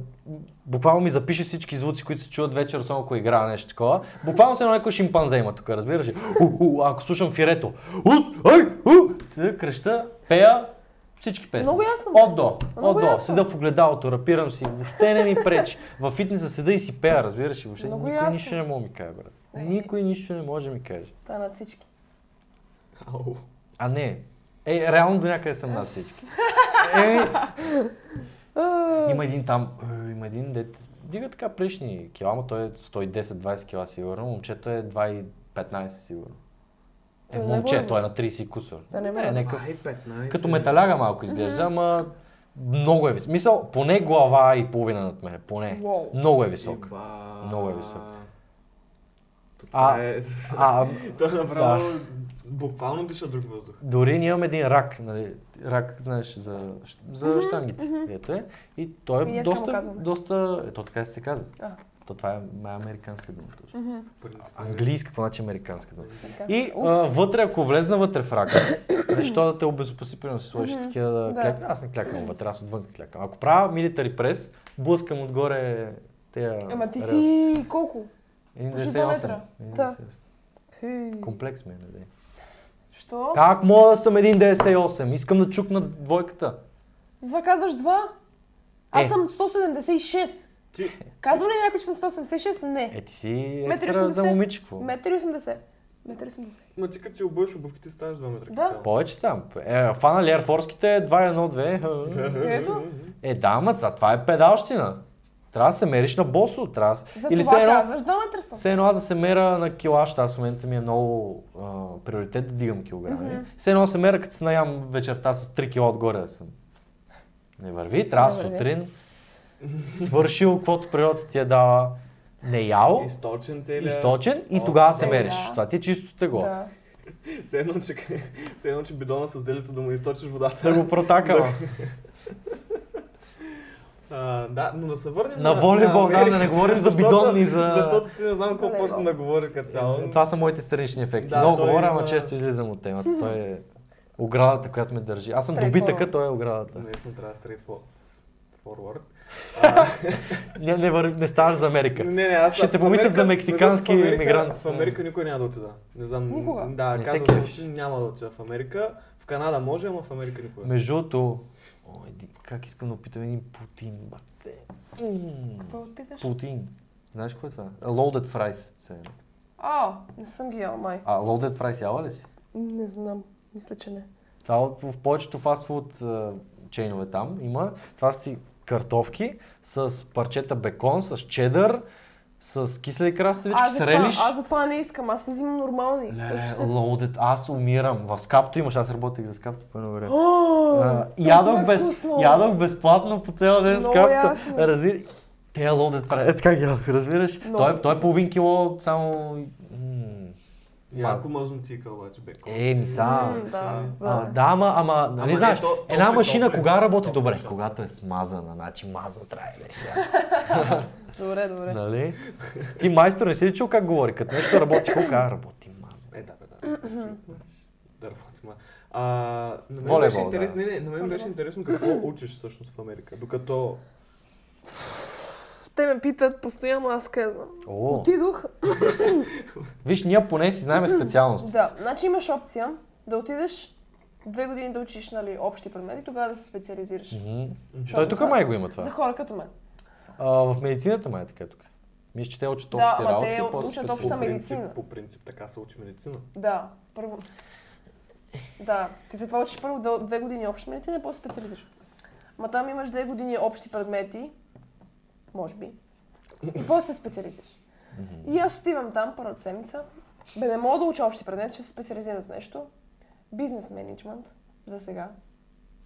буквално ми запише всички звуци, които се чуват вечер, само ако игра нещо такова, буквално се едно някой шимпанзе има тук, разбираш ли? У, у, ако слушам фирето, у, ай, у, седя кръща, пея, всички песни.
Много ясно, бе.
От до, от
Много
до.
ясно.
Седа в огледалото, рапирам си, въобще не ми пречи. В фитнеса седа и си пея, разбираш ли? Въобще
Много
никой
ясно.
нищо не може да ми каже, брат.
Е.
Никой нищо не може да ми каже.
Та на всички.
Ау.
А не, е, реално до някъде съм над всички. Еми, Има един там, е, има един дет, дига така прилични кила, ама той е 110-20 кила сигурно, момчето е 2,15 сигурно. Е,
Той не
момче,
води.
той е на 30 и кусор.
Да не
е
води.
някакъв,
15.
като металяга малко изглежда, ама много е висок. Мисъл, поне глава и половина над мене, поне.
Уау.
Много е висок. Много
Много
е висок.
Това
А,
е...
А,
Той е направо буквално диша друг въздух.
Дори ние имам един рак, нали, рак, знаеш, за, за штангите. Ето е. И той
И
е
ние така му
доста,
казваме.
доста, ето така се казва.
А.
То това е май американска дума. Точно.
в принцип.
Английска, какво значи американска дума?
Така
И
се-
а, вътре, ако влезна вътре в рака, защо да те обезопаси, примерно си сложиш такива да.
Да.
кляка. Аз не клякам вътре, аз отвън клякам. Ако правя милитари прес, блъскам отгоре тея
Ама ти
релсите.
си колко? почти два
1,98.
метра.
1,98.
Хи.
Комплекс ми е, нали?
Що?
Как мога да съм 1,98? Искам да чукна двойката.
Затова казваш два?
Е.
Аз съм 176.
Ти...
Казва ли някой, че съм 176? Не.
Е, ти си
Метър и
екстра за
80.
момичко.
Метър и 80. Метър 80.
Ма ти като си обуеш обувките, ставаш 2 метра.
Да.
като цяло.
Повече там. Е, фанали ерфорските 2-1-2.
Ето.
Е, да, ма, за това е педалщина. Трябва да се мериш на босо. Трябва да... се-
За
все
това
едно,
казваш, два метра съм.
все едно аз да се мера на килаш, аз в момента ми е много а, приоритет да дигам килограми.
Мгм.
Все едно се мера, като се наям вечерта с 3 кила отгоре да съм. Не върви, трябва
Не върви.
сутрин, свършил, каквото природата ти е дала, не ял,
Източен целият.
източен и
О,
тогава се
да.
мериш.
Да.
Това ти е чисто тегло.
Да.
Все едно, че, все едно, че бидона с зелето да му източиш
Да
водата.
го протакава.
А, да, но да се върнем
На волейбол, да, да не говорим за
Защото-
бидон и за- Е,
Защото ти не знам какво
Волейбол.
почна да говори като цяло.
Това са моите странични ефекти.
Да,
Много
той
говоря,
има-
ама често излизам от темата. Той е оградата, която ме държи. Аз съм
Straight
добитъка,
forward.
той е оградата.
Наистина трябва да стрейт forward.
Не, не, върви, не ставаш за Америка.
Не, не, аз
Ще те
в
помислят
Америка-
за мексикански
между другото, в Америка-
мигрант.
В Америка никой няма да отида. Не знам.
Никога.
Да,
Не се
казал
кефиш.
съм, че няма да отида в Америка. В Канада може, ама в Америка никога.
Между другото, ой, ди- как искам да опитам един Путин, бате. М,
Какво отпиташ?
Путин. Знаеш какво е това? А, Loaded fries. се едно.
А, не съм ги яла, май.
А loaded fries яла ли си? не
Не знам. Мисля, че не.
Това от- в повечето фастфуд а, чейнове там има. Това са ти картофки с парчета бекон, с чедър, с кисели краставички,
Аз
с
за това-
релиш.
Аз за това не искам, аз си взимам нормални.
Леле,
Също се-
loaded, аз умирам. В скапто имаш, аз работих за скапто по едно време.
О,
А,
толкова е
Ядох, без,
вкусно.
ядох безплатно по цял ден с
Много
карта.
ясно.
Разби... Те лодят прави. Е, така ядох, разбираш?
Много
Той,
са
той е
вкусни.
половин кило само... м,
Яко мазнотика обаче, бекон.
Е, ми са.
М, Да,
А,
да.
да, ама, ама, нали
не,
знаеш,
то- то
една
при
машина
топли,
кога
при
работи
топли,
добре?
защото-
Когато е смазана, значи мазно трябва да беше.
Добре, добре.
Нали? Ти майстор не си ли чул как говори? Като нещо работи, кога работи мазно.
Е, да, бе, да. Абсолютно. Да, работи, ма. А, на мен
Волейбол,
беше интересно,
да.
не, не, на мен беше интересно какво учиш всъщност в Америка, докато...
Те ме питат постоянно, аз къде знам.
О,
Отидох,
виж, ние поне си знаем специалност.
да, значи имаш опция да отидеш две години да учиш нали, общи предмети, тогава да се специализираш.
Той тук май го има това.
За хора като мен.
А, в медицината май е така тук. Мисля, че те учат
Да,
общи
ама
работи.
те
и после
учат
специализират.
обща
по, принцип,
медицина.
по принцип така се учи медицина.
Да, първо. Да, ти затова учиш първо две, две години обща медицина и после специализираш. Ма там имаш две години общи предмети, може би, и после се специализираш. И аз отивам там първата седмица. Бе, не мога да уча общи предмети, ще се специализирам с нещо. Бизнес менеджмент, за сега.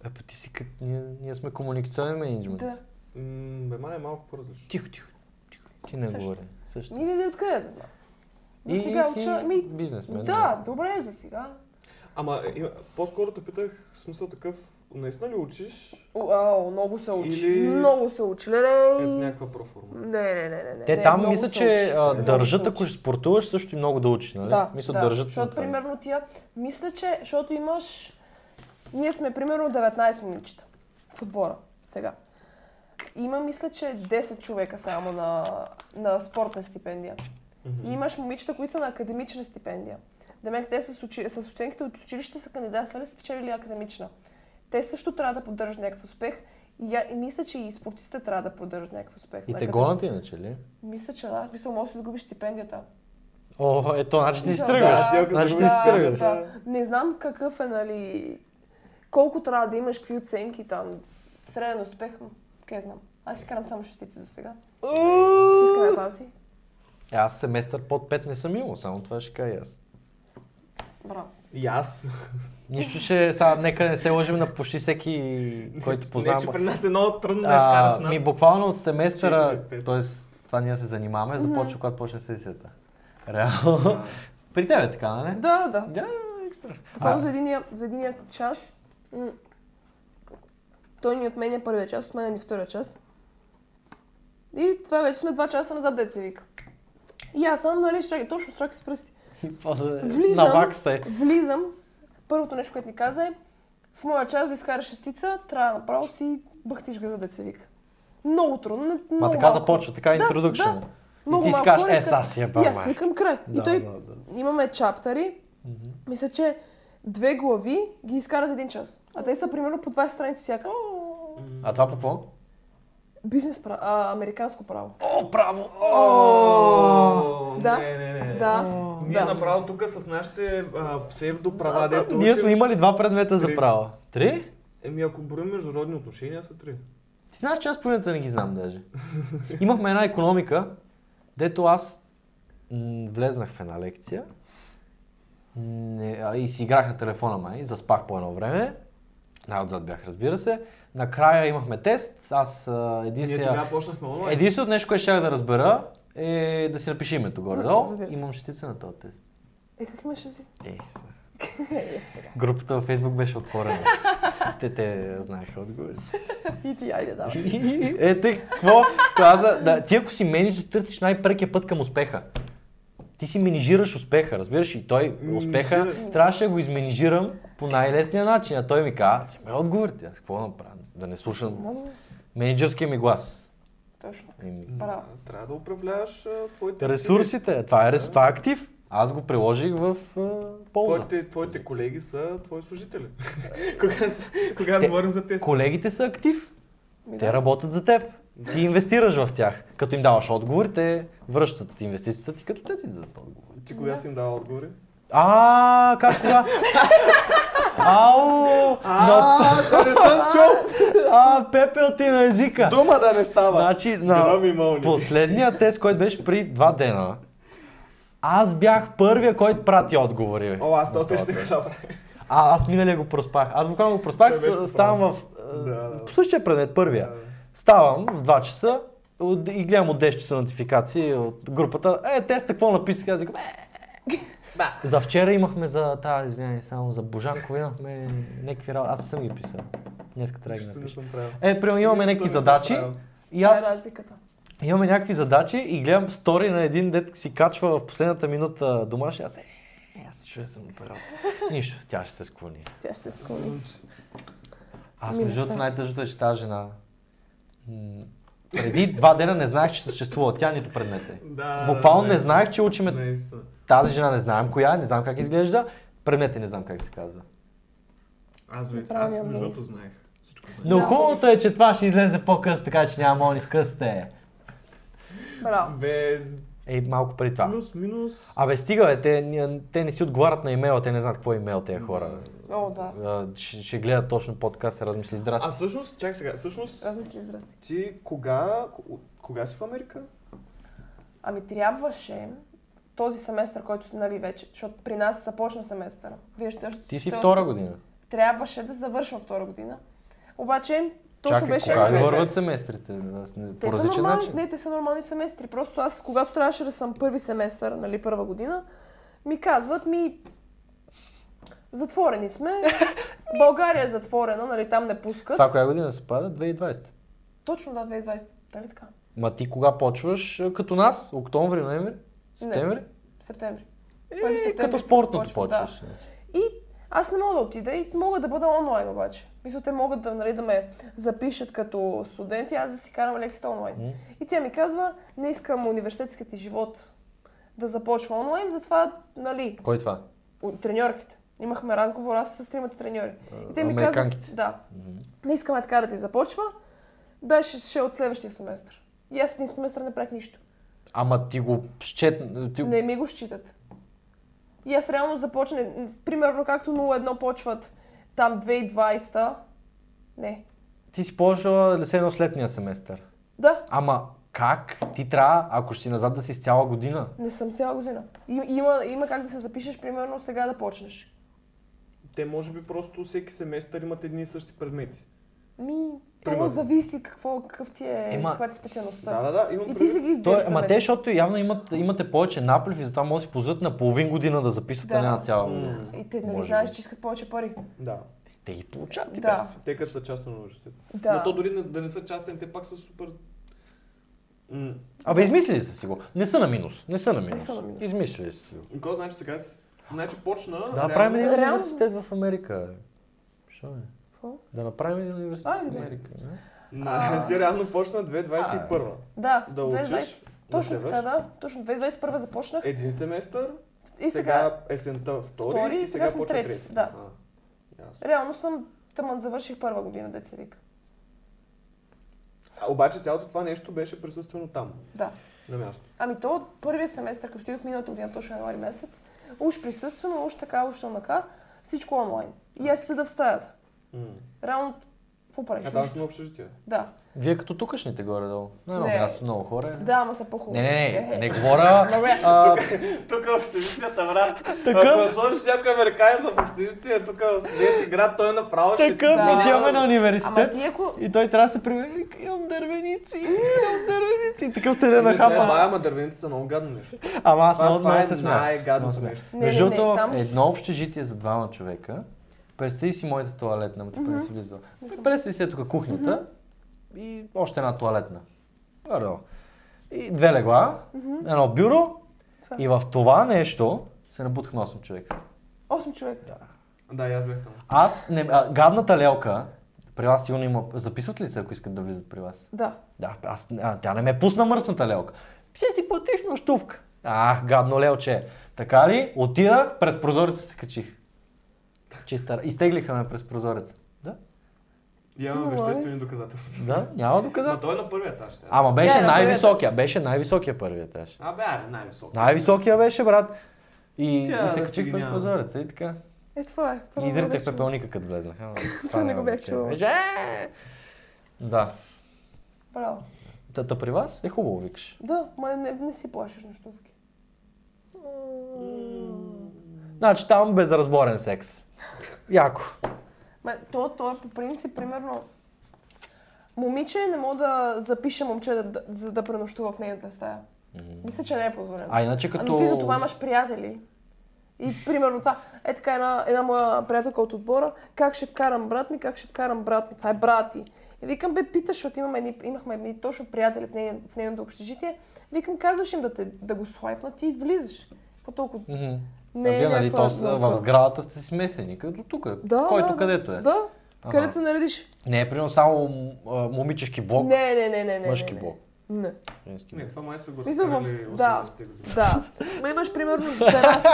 Е, па ти си като... Ние, ние сме комуникационен менеджмент.
Да.
М, бе, май е малко по-различно.
Тихо, тихо, тихо. Ти не
Също.
говори. Също.
Ми не откъде да знам. За
И-
сега
и си
уча... Ми...
бизнесмен.
Да, добре е за сега.
Ама, и- по-скоро те питах, в смисъл такъв, наистина ли учиш
О, ао, много се учи.
Или-
Много се учи.
е
Леле.
някаква проформа?
Не, не, не, не, не.
Те
не,
там
много
мисля,
се
че
учи.
а,
Много
държат,
се
ако
учи.
ще спортуваш, също и много да учиш, нали?
Да,
мисля,
да.
държат на
Защото,
това.
примерно, тия... Мисля, че... Защото имаш... Ние сме примерно 19 момичета в отбора сега. Има, мисля, че 10 човека само на, на спортна стипендия. И имаш момичета, които са на академична стипендия. Демек, те с, учи... с учениките от училище са кандидатствали, спечелили академична. Те също трябва да поддържат някакъв успех. И, я... и мисля, че и спортистите трябва да поддържат някакъв успех.
И
на
те
академ-
гонат иначе ли?
Мисля, че да. Мисля, може да си загубиш стипендията.
О, ето, значи ти си
Да,
тръгваш.
да, ти
Значи ти
да,
си тръгваш.
да.
Не знам какъв е, нали, колко трябва да имаш, какви оценки там, среден успех, м, къде знам. Аз си карам само шестици за сега. Стискаме палци.
Е, Аз семестър под 5 не съм имал, само това ще кажа и аз.
Браво.
И аз.
Нищо, че сега нека не се лъжим на почти всеки, който
Не,
познавам.
че при нас е много трудно да
А,
изкараш над...
ми буквално семестъра,
четири, пет.
т.е. това ние се занимаваме, започва когато почне сесията. Реално. При тебе е така, нали?
Да, да.
Да, екстра.
Буквално за единия, за единия час, м, той ни отменя първия час, отменя ни втория час. И това вече сме два часа назад, деца вика. И аз съм, нали, ще точно страх с пръсти.
И после
Влизам.
на вак се.
Влизам. Първото нещо, което ни каза е, в моя час да изкараш шестица, трябва направо си бахтиш газа да се вика. Много трудно, не, много
Ма така
малко.
започва, така е
Да,
introduction.
да.
И
Много
ти си
малко
кажеш,
хора
е,
искат-
са си е
И аз
баба.
викам край.
Да,
и той,
да,
имаме чаптери, мисля, че две глави ги изкара за един час. А те са примерно по 20 страници всяка.
А това по какво?
Бизнес право, а, американско право.
О, право!
О,
Да.
Не, не, не.
Да.
Ние
Да.
е направо тук с нашите а, псевдоправа, дето
Ние
учим-
сме имали два предмета за
е Три.
право. Три?
Еми, ако броим международни отношения, са три.
Ти знаеш, че аз половината не ги знам даже. Имахме една економика, дето аз м, влезнах в една лекция не, а, и си играх на телефона май, заспах по едно време. Най-отзад бях, разбира се. Накрая имахме тест. Аз а,
Ние
единствения...
тогава почнахме онлайн.
Единственото нещо, което щях да разбера, е да си напиши името горе-долу.
Разбира се.
Имам щица на този тест.
Е, как имаш си?
Е, са.
Е, сега.
Групата във Фейсбук беше отворена. те те знаеха отговорите.
И ти, айде, да.
Е, ти какво каза? Да, ти ако си менеджер, търсиш най-прекия път към успеха. Ти си менежираш успеха, разбираш? И той успеха
Менижираш.
трябваше да го изменижирам по най-лесния начин. А той ми каза, си ме отговорите. Аз какво да направя? Да не слушам
Много
менеджерския ми глас.
Точно.
Еми,
Да,
Браво.
трябва да управляваш а, твоите
Ресурсите, това е, рес- това е актив. Аз го приложих в е, полза.
Твоите, твоите колеги са твои служители. когато когато
Те-
говорим за тест.
Колегите са актив.
Ми
Те
да.
работят за теб. Ти инвестираш в тях. Като им даваш отговор, те връщат инвестицията ти, като те ти дадат отговор.
Ти кога си им дава отговори?
А, как кога? Ау! Но,
да не съм чул!
а, пепел ти на езика!
Дума да не става!
Значи,
Гром и
на
мълнии.
последния тест, който беше при два дена, аз бях първия, който прати отговори. бе.
О, аз
На
този тест
този
не го
тест.
направя.
А, аз миналия го проспах. Аз буквално го проспах,
Той беше
с-
по
ставам в...
Да,
Да,
да, да.
По същия предмет, първия.
Да, да.
Ставам в 2 часа от- и гледам от 10 часа нотификации от групата. Е, теста, какво написах? Аз викам, е. За вчера имахме за тази, извинявай, само за Божанков имахме някакви работи. Аз не съм ги писал. Днеска трябва да ги
Нищо не
напиша.
съм правил.
Е, примерно имаме
Нищо
някакви
не съм
задачи
правил.
и
Това е
аз
разликата.
имаме някакви задачи и гледам стори на един дет си качва в последната минута домашния. Аз е, аз ще съм правил. Нищо, тя ще се склони.
Тя ще се склони.
Аз
Ми, Ами, не
между другото
става.
най-тъжното е, че тази жена... м, Преди два дена не знаех, че съществува тя нито предмета. й.
Да,
Буквално не
да,
знаех, че учиме
Наистина.
тази жена, не знаем коя, е, не знам как изглежда, предмета й не знам как се казва.
Аз, ви, аз
Направя
между
много.
другото знаех. Всичко знаех.
Но
Да.
хубавото е, че това ще излезе по-късно, така че няма да ни скъсте.
Браво.
Бе,
Ей, Е, малко преди това.
плюс, минус...
Абе, стига, бе, те, ни- те не си отговарят на имейла, те не знаят какво е имейл тези хора.
О, да.
А, Ще, ще гледат точно подкаста, размисли,
А
здрасти.
всъщност, чак сега, всъщност
Размисли, здрасти.
ти кога, кога си в Америка?
Ами трябваше този семестър, който нали вече, защото при нас започна семестъра. Вие ще,
Ти си
ще
втора
ост-
година.
Трябваше да завършвам втора година. Обаче, точно
Чакай,
беше...
кога
Чакай, чакай.
върват семестрите? Аз не-
Те
По
са
различен
нормални,
начин.
не, те са нормални семестри. Просто аз, когато трябваше да съм първи семестър, нали, първа година, ми казват ми затворени сме. България е затворена, нали, там не пускат.
Това коя година се пада? 2020.
Точно да, 2020. Нали така?
Ма ти кога почваш? а, Като нас? Октомври, ноември? Септември?
Септември. Първи
Е,
септември
като спортното
почва, да.
почваш. значи. Да.
И аз не мога да отида и мога да бъда онлайн обаче. Мисля, те могат да, нали, да ме запишат като студент и аз да си карам лекцията онлайн.
М.
И тя ми казва, не искам университетският ти живот да започва онлайн, затова, нали,
Кой е това?
у- треньорките. Имахме разговор аз с тримата треньори. И те ми
Американките.
казват, да, не искаме така да ти започва, да, ще, ще е от следващия семестър. И аз един семестър не правих нищо.
Ама ти го счет... Ти...
Не ми го считат. И аз реално започне, примерно както 01 почват там 2020, не.
ти си почвала все едно следния семестър.
Да,
Ама как ти трябва, ако ще си назад да си с цяла година?
не съм сега година. И, има, има как да се запишеш, примерно сега да почнеш.
Те може би просто всеки семестър имат едни и същи предмети.
Ми, то
Примерно.
зависи какво, какъв ти е,
Ема-
каква ти е
Да,
специалността.
да, да, е имам
И ти
предвид.
си ги избираш.
Той, ама те,
предмети.
защото явно имат, имате повече наплив и затова може да си позволят на половин година да записват,
Да.
а не на цяла година.
М,
И те, нали,
Може
знаеш,
би.
че искат повече пари.
Да,
Те ги получават. ти
Да,
те като са частен университет.
да.
Но то дори не- да не са частен, те пак са супер... М,
Абе, измислили са си го. Не са на минус. Не са на минус.
са на минус.
Измислили са си го.
Какво значи сега? с- Значи почна...
Да,
реално-
правим един
Реално.
университет в Америка. Що е?
Какво?
Да направим един университет в
Айде.
Америка. не?
На- Ти реално почна 2021.
Да,
Да учиш,
2020. Точно
следваш.
така, да. Точно 2021 започнах.
Един семестър,
И сега,
сега есента втори,
втори,
и сега,
сега съм
почва
трети,
трети.
да.
А, ясно.
реално съм тъмън завърших първа година, деца вика.
А, обаче цялото това нещо беше присъствено там,
Да.
на място.
Ами то от първия семестър, като стигах миналата година, точно януари месец, уж присъствено, уж така, уж така, всичко онлайн. И аз седа в стаята.
М.
Реално, какво правиш?
А там
Нищо.
са на общежитие.
Да.
Вие като тукашните горе-долу. На едно
Не.
място много хора.
Да, ама са по-хубави.
Не, не, не,
Е,
не
е.
говоря.
Много ясно.
а,
Тук в общежитията, брат.
Така.
Ако сложиш някой американец в общежитие, тук в студия си град, той е направо ще...
Така,
Да.
отиваме на
Ама
университет.
ти ако...
И той трябва да се примери, имам дървеници, имам дървеници. И такъв целен
Не
на
се бая,
хапа.
ама дървените са много гадно нещо.
Ама аз
Това-
много,
това
много
е
се смея.
най-гадното
Много се смея.
нещо.
Не, не,
Между
не,
другото,
там-
в едно общежитие за двама човека, представи си моята туалетна, ама ти mm-hmm. не си влизала. Представи си е тук кухнята и още една туалетна. Горе-долу. И две легла, едно бюро
Това.
и в това нещо се набутахме 8 човека.
Осем човека.
Да, и аз бях там.
Аз не... А, гадната лелка, при вас сигурно има... Записват ли се, ако искат да влизат при вас?
Да.
Да, аз, а, тя не ме пусна мръсната лелка. Ще си платиш нощувка. Ах, гадно лелче. Така ли? Отидах, през прозореца се качих. Чиста. Изтеглиха ме през прозореца. Да?
И имам
Ти говориш?
веществени доказателства.
Да? Няма
Но той е
доказателство.
на първия етаж. сега.
Ама беше
Не, на първия
най-високия. Беше най-високия първи етаж.
Абе, аре, най-високо.
Най-високия беше, брат. И,
Тя
и се
да си
качих
ги
през
няма.
прозореца и така.
Е, това е. Това
И изритах
е
пепелника, като влезнах. Ама,
Това не го
ме вълнува.
бях чувала.
Беше, е! Да.
Браво.
Та, та при вас е хубаво, викаш.
Да, ма не, не си плашиш нощувки.
Значи там безразборен секс. Яко.
Ма, то, то е по принцип, примерно, момиче не мога да запише момче да, да, за да пренощува в нейната стая. Мисля, че не е позволено.
А иначе
А,
като...
Но ти за това имаш приятели. И примерно това, е така една, една моя приятелка от отбора, как ще вкарам брат ми, как ще вкарам брат ми, това е брати. И викам, бе, питаш, защото имаме едни, имахме едни точно приятели в, нейно, в нейното общежитие. Викам, казваш им да, те, да го слайпнат и влизаш. Какво толкова?
Мгм.
Не,
а вие,
е
нали,
някаква
то, с- в
наука.
сградата сте смесени, като тук,
Да,
който
да, да.
където е.
Да,
Ага.
където наредиш.
Не е примерно само м- а, момичешки блок,
Не, не, не, не, не.
мъжки
не, не.
блок.
Не.
женски
Не,
блок.
това май са го
Мисля, в-
разкрили
да.
80-те години.
Да. Ма имаш примерно в една, с-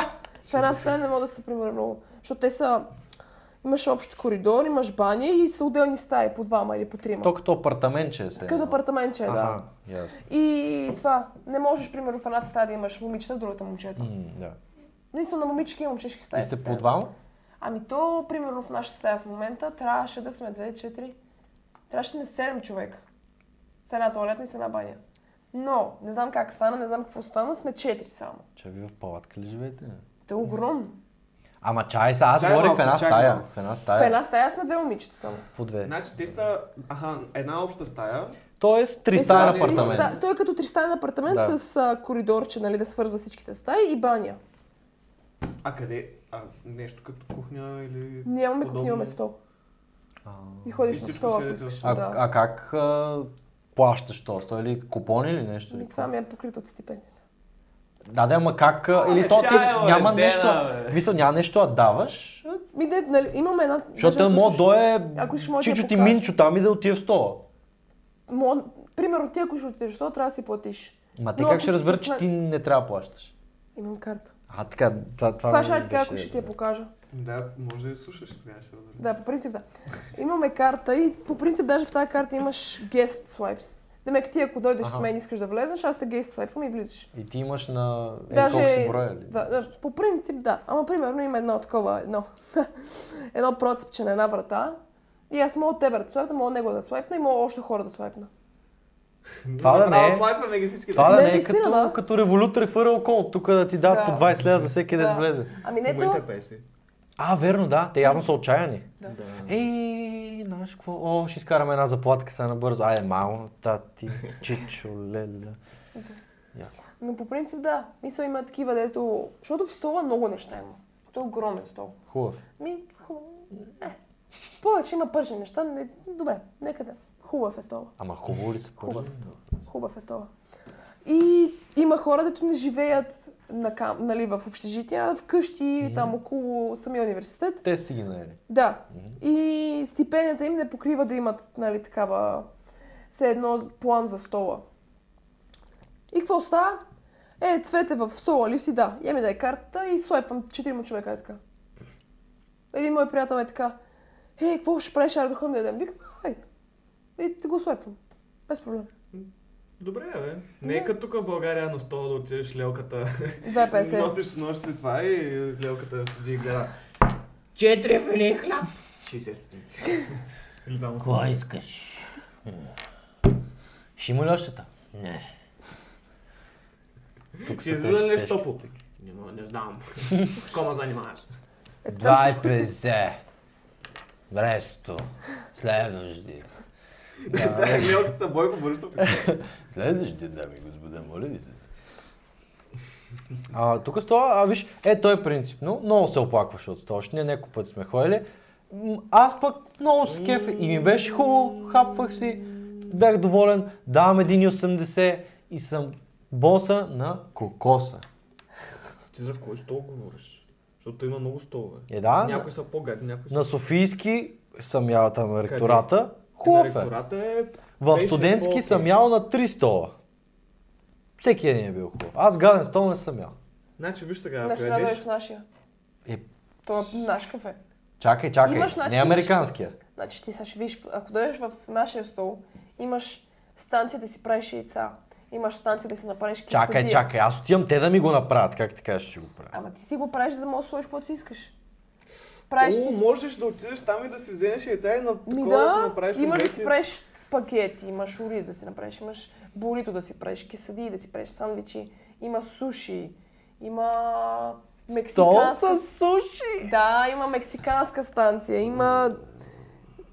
в една стая не мога да са примерно, защото те са... Имаш общ коридор, имаш баня и са отделни стаи по двама или по трима.
То като апартаментче е се.
Като
едно.
апартаментче, да.
Аха, ясно.
И това, не можеш, примерно, в едната стая да имаш момичета, в другата момчета.
М, да.
Единствено на момички и момчешки стаи.
И
се
сте по
стаят.
двама?
Ами то, примерно, в нашата стая в момента трябваше да сме 2-4. Трябваше да сме 7 човека. С една туалетна и с една баня. Но, не знам как стана, не знам какво стана, сме 4 само.
Че вие в палатка ли живеете?
Те е огромно.
Ама чай сега, аз
Чай
говорих в
малко,
една
чай
стая.
малко.
В една
В
стая.
една стая сме две момичета само.
По две.
Значи те са, аха, една обща стая.
Тоест, три
Те Е, са
стая
три
на
три ста-
апартамент.
Той е като тристаен апартамент
Да.
с а, коридорче, нали, да свързва всичките стаи и баня.
А къде? А, нещо като кухня или...
Нямаме
подобно?
кухня, имаме стол.
А,
И ходиш
И
на
всичко е
стола, ако
седите
искаш.
на
А,
Да.
а как а, плащаш то? Стой ли купони или нещо?
Ми
Или
това
какво?
ми е покрито от стипендията.
Да, да, ама как... а, Или то
тя
ти
е
няма
уредена,
нещо...
бе.
Мисля, няма нещо да даваш, а,
Ми, де, нали, имаме една...
Защото
даже ако
мога
искаш-
да е
ако ще може да
чичо ти
покажеш.
минчо там и да отиде в стола.
Мога- Примерно ти, ако ще отидеш в стола, трябва да си платиш.
Ма те
Но
как
ако
ще
си
разбера,
с-
че ти не трябва да плащаш?
Имам карта.
А, така, това...
Това
ми
ще я ти кажа, ако
беше- е.
ще ти я покажа.
Да, може да я слушаш сега, ще разбереш.
Да, по принцип да. Имаме карта и по принцип даже в тази карта имаш guest swipes. Демек ти ако дойдеш
Аха.
с мен и искаш да влезеш, аз те guest свайпвам и влизаш.
И ти имаш на... Е,
Даже-
колко си броя ли?
Да, да, по принцип да. Ама примерно има едно такова, едно, едно процепче на една врата. И аз мога от тебе да слайпна, мога от него да слайпна и мога още хора да слайпна.
Това да не е.
Направо слайпваме ги всички.
Това
да.
да
Не,
не е
наистина,
като,
да.
като револют рефърал кол, тук да ти дадат
Да.
по 20 лева за всеки ден
Да.
да. влезе.
Ами
В
не то...
момента е 50.
А, верно, да. Те явно са отчаяни.
Да.
Ей, знаеш какво? О, ще изкараме една заплатка сега набързо. Айде, мамо, тати, чичо, леля.
Но по принцип да. Мисля, има такива, дето... Защото в стола много неща има. Той е огромен стол.
Хубав.
Ми, хубаво. Е, повече има пържени неща. Не... Добре, нека да. Хубав е стола.
Ама хубаво ли се пържи?
Хубав е стола. И има хора, дето не живеят на кам... нали, в общежития, а вкъщи, там около самия университет.
Те си ги наели.
Да. И стипендията им не покрива да имат нали, такава все едно план за стола. И какво става? Е, цвете в стола ли си? Да. Я ми дай картата и слайпвам четирима човека е така. Един мой приятел е така. Е, какво ще правиш, аре да ходим да ядем? Викам, айде. И те го слайпвам. Без проблем.
Добре, бе. Не е като тук в България на 100 да отидеш лелката.
2,50.
Носиш, носиш си това и лелката седи и гледа.
Четири филе хляб.
60 стотинки. Или там
Кой
80.
искаш?
Ще има ли ощета?
Не.
Тук
Ще излиза
тежки,
нещо
тежки.
топло.
Не, м- не знам.
С Кома занимаваш.
Ето там
Два и
всичко ти-
50. Вместо. Следващи.
Да, лелката са Бойко Борисов.
Следващи, дами и господа, моля ви се. А, тук с това, а виж, е, той принципно много се оплакваше от стола. Ние няколко пъти сме ходили. М, Аз пък много се кеф и ми беше хубаво, хапвах си, бях доволен, давам 1,80 и съм боса на кокоса.
Ти за кой стол говориш? Защото има много столове.
Е, да,
Някои са по-гадни, някои са...
на Софийски съм ял там на ректората. Хубав
На
е.
ректората е...
В
беше
студентски
по-окей.
съм ял на 3 стола. Всеки един е бил хубав. Аз гаден стол не съм ял.
Значи виж сега, ако
Значи трябва да
ядеш...
ядеш нашия.
Е,
Това е наш кафе.
чакай, чакай.
Имаш начин,
не
имаш.
американския.
Значи ти сега ще видиш, ако дойдеш в нашия стол, имаш станция да си правиш яйца, имаш станция да си направиш кисадия.
Чакай, чакай. Аз отивам те да ми го направят. Как така ще го правя?
Ама ти си го правиш, за да можеш да сложиш каквото си искаш. Правиш
О,
си
можеш да отидеш там и да си вземеш яйца и на
Ми
такова да си
да,
направиш
имаш да
омлет и-
си правиш спагети, имаш ориз да си направиш, имаш бурито да си правиш, кисади да си правиш сандвичи, има суши, има мексиканска...
суши.
Да, има мексиканска станция, има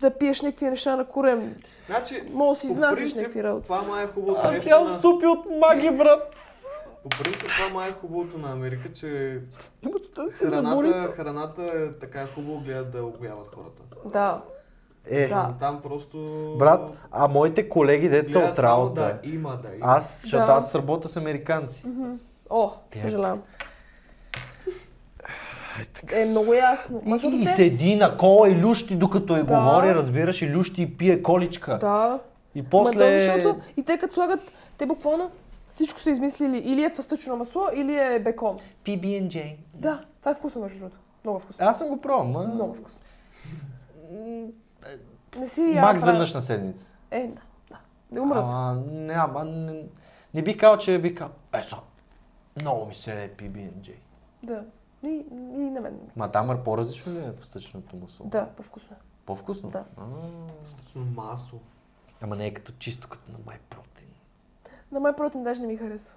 да пиеш някакви неща на корем.
Значи,
Мога да си
по
изнасяш
принцип,
някакви работи.
Това май е хубавото
Аз
нещо
ям
на-
супи от маги, брат.
По принцип това май е хубавото на Америка, че храната,
Храната-
храната е така хубаво гледат да огояват хората.
Да,
Е,
Да.
Там просто...
брат, а моите колеги деца
гледат
от
само
работа.
Да, има, да. Има.
Аз, защото
Да.
аз работя с американци.
о, съжалявам. Е, много ясно. Ма, защото
И, и
те-
седи на кола и лющи, докато е
Да.
говори, разбираш, и лющи и пие количка.
Да.
И
После... Ма, да,
после...
защото и те като слагат, те буквално всичко са измислили. Или е фастъчно масло, или е бекон.
PB&J.
Да, това е вкусно, между другото. Много вкусно.
Аз съм го пробвал, ма...
Много вкусно. Не си я
Макс
правя.
веднъж на седмица.
Е, да. да. Не умра се.
А, не, ама не, не бих казал, че бих казал, е, са, много ми се е PB&J.
Да. И, и на мен. не ми.
Ма тамър по-различно ли е фъстъчното масло?
Да, по-вкусно. е.
По-вкусно?
Да.
А,
Достатъчно Масло.
ама не е като чисто като на MyProtein.
На май протин даже не ми харесва.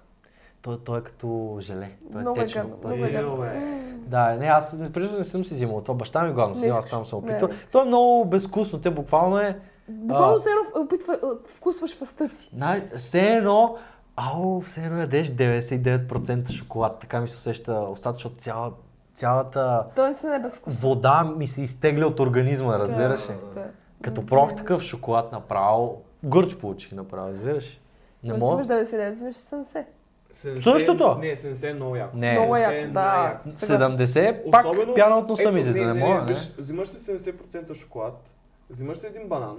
Той, той е като желе. Той
Много
е
е
течено.
гадно,
Той
много е гадно.
Ел, бе.
Да, не, аз не, преживно не съм си взимал това. Баща ми главно си
Не
взима, аз
искаш.
там съм
Не, не
опитвал.
искаш.
Той е много безвкусно, те буквално е...
Буквално се едно опитва, а, вкусваш фъста си.
Знаеш, все едно, ау, все едно ядеш 99% шоколад. Така ми се усеща устата, защото цяла, цялата
Той не се не е безвкусно.
вода ми се изтегля от организма, разбираш ли?
Да.
Като прох такъв шоколад направо, гърч получих направо, разбираш ли? Не
Не
мога.
мога. Да взимаш 99, взимаш 70.
70
Същото?
Не, 70 е много яко.
Не.
Много
70
яко,
е
да.
най-яко.
Съгласна
70, е пак
Особено-
пяна от носа
ето,
ми излиза, не мога, не?
виж, взимаш си 70% шоколад, взимаш си един банан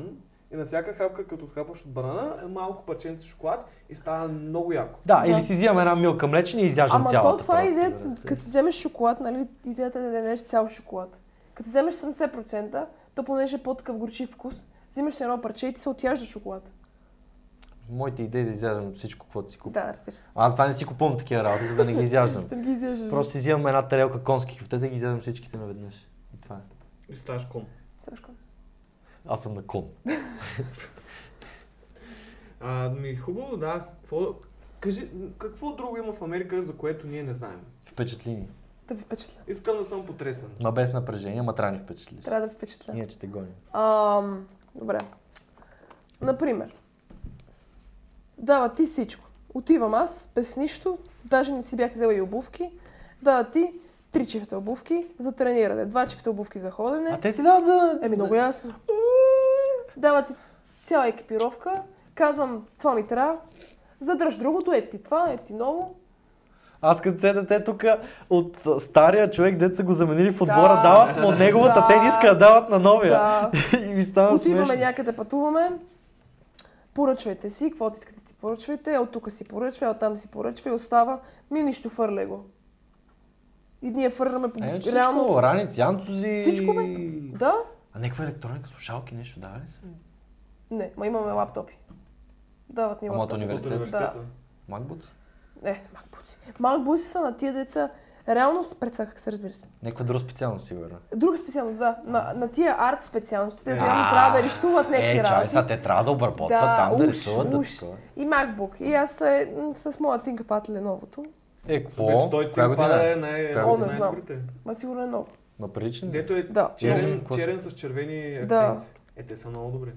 и на всяка хапка, като хапаш от банана, е малко парченце шоколад и става много яко.
Да,
Да.
или си взимам една милка млечна и изяждам
Ама
цялата.
то това е
просто,
идеята,
бе.
като си вземеш шоколад, нали, идеята е да дадеш цял шоколад. Като вземеш 70%, то понеже е по-такъв горчив вкус, взимаш си едно парче и ти се отяжда шоколад.
Моите идеи е да изяждам всичко, каквото си купя.
Да, разбира се.
Аз това не си купувам такива работи, за да не ги изяждам.
Да ги изяждаш.
Просто си взимам една тарелка конски хифтета и ги изяждам всичките наведнъж. И това е.
И ставаш ком.
Тежко.
Аз съм на кон.
А, ми е хубаво, да. Какво... Кажи, какво друго има в Америка, за което ние не знаем?
Впечатли ни.
Да ви впечатля.
Искам да съм потресен.
Ма без напрежение, ма трябва да ни впечатлиш.
Трябва да ви впечатля.
Ние че те гоним.
Ам, добре. Например, дава ти всичко. Отивам аз, без нищо, даже не си бях взела и обувки. Дава ти три чифта обувки за трениране, два чифта обувки за ходене.
А те ти дават за...
Еми много ясно. Дава ти цяла екипировка, казвам, това ми трябва, задръж другото, е ти това, е ти ново.
Аз като седа те тук от а, стария човек, деца го заменили в отбора,
Да.
дават му от неговата
Да.
тениска, а дават на новия.
Да.
и ми стана
Отиваме
смешно.
някъде, пътуваме, поръчвайте си, каквото искате си поръчвайте, от тук си поръчва, от там си поръчва и остава, ми нищо фърля го. И ние фърляме по
Е, че
реално...
всичко, ранец, янцузи...
Всичко, бе. Да?
А някаква електроника, слушалки, нещо дава ли се?
Не, ма имаме лаптопи. дават ни
Ама от
лаптоп.
От
университета?
университета.
MacBook?
Е, макбуци. Макбуци са на тия деца. Реално предсаках се, разбира се.
Някаква друга специалност, сигурно.
Друга специалност, да. На, на тия арт специалностите,
Е.
реално трябва да рисуват някакви
Е, чай,
работи.
сега те трябва да обработват
Да,
там, да
уж,
рисуват, да
уж.
такова.
И MacBook. И аз е, м, с моя ThinkPad Lenovo-то.
Е,
Обаче
какво?
Той
Коя
тимпада е
година?
най- най-
Коя
година? О, не
най-добрите.
Ма сигурно е ново.
Ма приличен? ли?
Дето е
Да.
черен,
Много.
черен с червени
Да.
акценти. Е, те са много добри.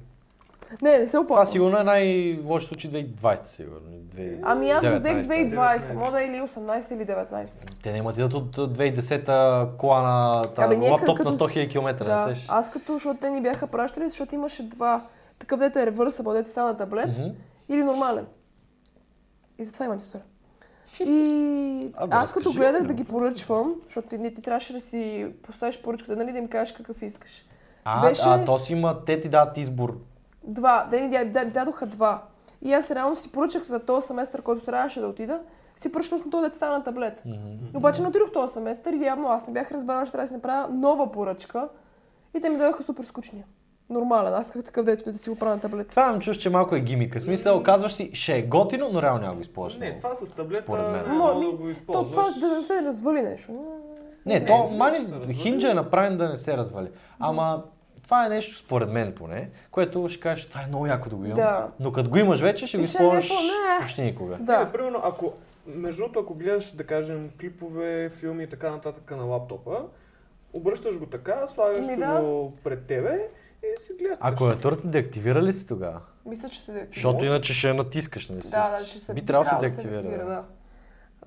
Не, не се
Това
опасва.
сигурно е най-лоши случай 2020, сигурно. Две-
Ами аз го взех
19-та.
2020,
19.
може да е или 18 или 19.
Те не отидат от 2010-та кола на та,
Абе, ние
лаптоп
като-
на 100 000 км,
Да,
не сеш?
аз като, защото те ни бяха пращали, защото имаше два. Такъв дето е ревърса, бъдете стана таблет
Мгм.
или нормален. И затова имам история. И
Абе,
аз като
разкажи.
гледах да ги поръчвам, защото ти, не ти трябваше да си поставиш поръчката, нали, да им кажеш какъв искаш.
А,
Беше-
а, то си има, те ти дадат избор.
Два, да ни дя- да- дадоха два. И аз реално си поръчах за този семестър, който трябваше да отида, си поръчах на този деца на таблет.
Мгм.
Обаче не отидох този семестър и явно аз не бях разбрала, че трябва да си направя нова поръчка. И те ми дадаха супер скучния. Нормален, аз исках такъв дето да си го правя на таблет.
Това им чуш, че малко е гимика. В смисъл, казваш си, ще е готино, но реално няма го използваш.
Не,
много.
това с
Според мен.
таблета е
Мо,
много да го
ми, То това е
използваш.
да не се развали нещо.
Не,
Не,
то
не ще се
мани
развали.
хинджа е направен да не се развали. Ама това е нещо, според мен поне, което ще кажеш, това е много яко да го имам.
Да.
Но като го имаш вече, ще го
И ще е някакво,
използваш
не.
почти никога.
Е,
Да.
примерно, ако, между другото, ако гледаш, да кажем, клипове, филми и така нататък на лаптопа, обръщаш го така, слагаш
Ми
си
да.
го пред тебе и си гледаш.
А клавиатурата деактивира ли си тогава?
Мисля, че се...
Защото иначе ще я натискаш, не си.
Да, да, ще се...
Би трябвало да се деактивира. да.
да.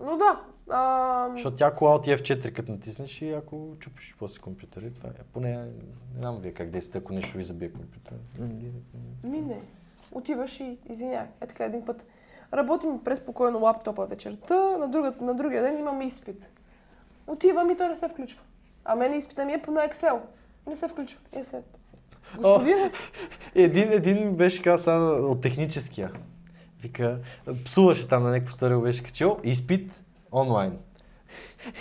Но да. ам,
Защото тя кола от F4 като натиснеш и ако чупиш после компютъра и това е. Поне не знам вие как действате, ако нещо ви забие компютъра.
Ми не. Отиваш и извинявай. Е така един път. Работим преспокойно лаптопа вечерта, на, друга, на другия ден имам изпит. Отивам и той не се включва. А мен изпита ми е по на Excel. И не се включва. И Е, след. Господин,
Един, един ми беше казал от техническия. Вика, псуваше там на някакво старе, беше качил. Изпит онлайн.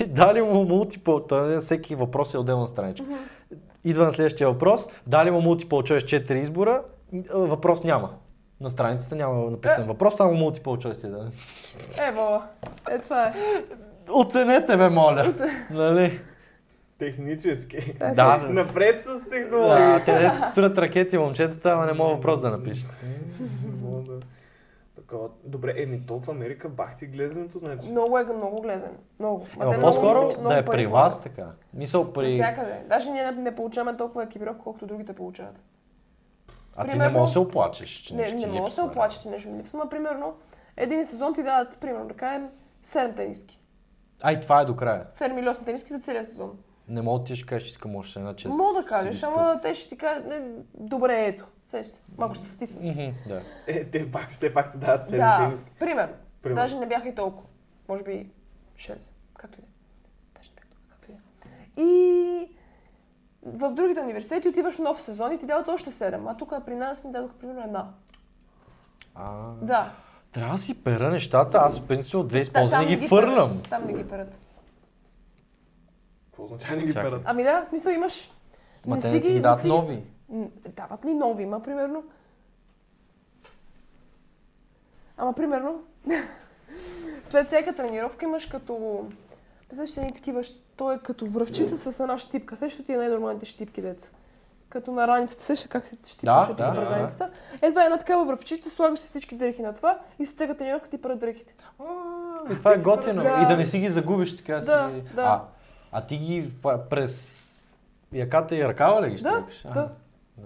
И дали му мултипл, той, всеки въпрос е отделна страничка. Идва на следващия въпрос, дали му мултипл чуеш 4 избора, м, а, въпрос няма. На страницата няма написан въпрос, само мултипл choice е да.
ево, е това е.
Оценете ме, моля! Нали?
Технически.
Е,
Да, да.
Напред с технологии.
Да, те дето строят ракети, момчетата, ама не мога въпрос да напишете.
Е, Мога да- Такова. Добре, еми то в Америка бах ти глезенето, значи.
Много е много глезен. Много. Ма те
Ема
много
по-скоро
мислят, че много
да е
пари
при
влагат.
вас така. Мисъл при...
Навсякъде. Даже ние не, не получаваме толкова екипировка, колкото другите получават.
А ти не
Примерно-
можеш да се оплачеш, че
Не,
нещо ти
не мога да се
липсва,
оплача, че нещо ми липсва, но примерно един сезон ти дават, примерно, да кажем, 7 тениски.
Ай, това е до края.
7 или 8 тениски за целия сезон.
Не мога да ти ще кажеш, искам още една чест.
Мога да кажеш, ама те ще ти кажат, не, добре, ето, сеш се, малко ще се стисна.
Да.
Е, те пак, все пак ти дават седем
Да,
тениски.
примерно.
Примерно.
Даже не бяха и толкова. Може би 6, както и да е. Даже не бяха толкова, както и да е. И в другите университети отиваш в нов сезон и ти дават още 7, а тук при нас ни дадоха примерно една.
А,
Да.
Трябва да си пера нещата, аз в принцип от две
Та-
използвани
там не
ги
перат,
фърлям.
Там не ги перат.
Какво означава не ги
Чакай.
перат?
Ами да, в смисъл имаш...
Ма
не
те
си
не ти ги дават
си
нови.
М, Дават ли нови, ма примерно? Ама примерно, след всяка тренировка имаш като... Представяш си едни такива, щ- той е като връвчица с една щипка. Сещаш ли ти е най-нормалните щипки, деца? Като на раницата, сещаш ли как се щипкаш
Да,
да,
да,
пред
да, да.
раницата? Е, това е една такава връвчица, слагаш си всички дрехи на това и след всяка тренировка ти пред дрехите.
И това е готино.
Да.
И да не си ги загубиш, така си.
Да, да.
А, а ти ги па- през яката и ръкава ли ги ще
Да, да.
да.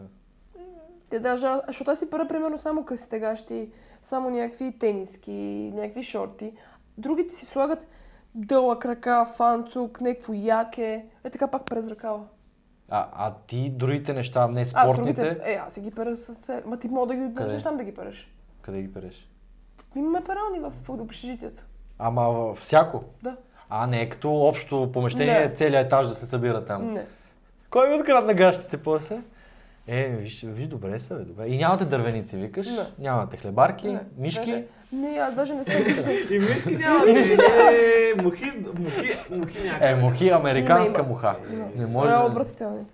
Те даже, а- защото аз си пера примерно само късите гащи, само някакви тениски, някакви шорти. Другите си слагат дълъг ръка, фанцук, някакво яке. Е така пак през ръкава.
А, а ти другите неща, не
А, с
спортните,
другите, е, аз си ги пера с ръце. Ма ти мога да ги
Къде?
държиш там да ги переш.
къде ги переш?
Имаме перални в общежитията.
Ама в- всяко?
Да.
А, не е като общо помещение,
Не.
целият етаж да се събира там.
Не.
Кой ми открадна гащите после? Е, виж, виж добре са, бе, добре. И нямате дървеници, викаш?
Не.
Нямате хлебарки,
не.
мишки?
Даже, не, аз даже не съм виждала.
И мишки няма да е, мухи, мухи, мухи някакви.
Е, мухи, американска
Има, има. Е,
муха.
Има.
Не може
Може...
да...
отвратителни.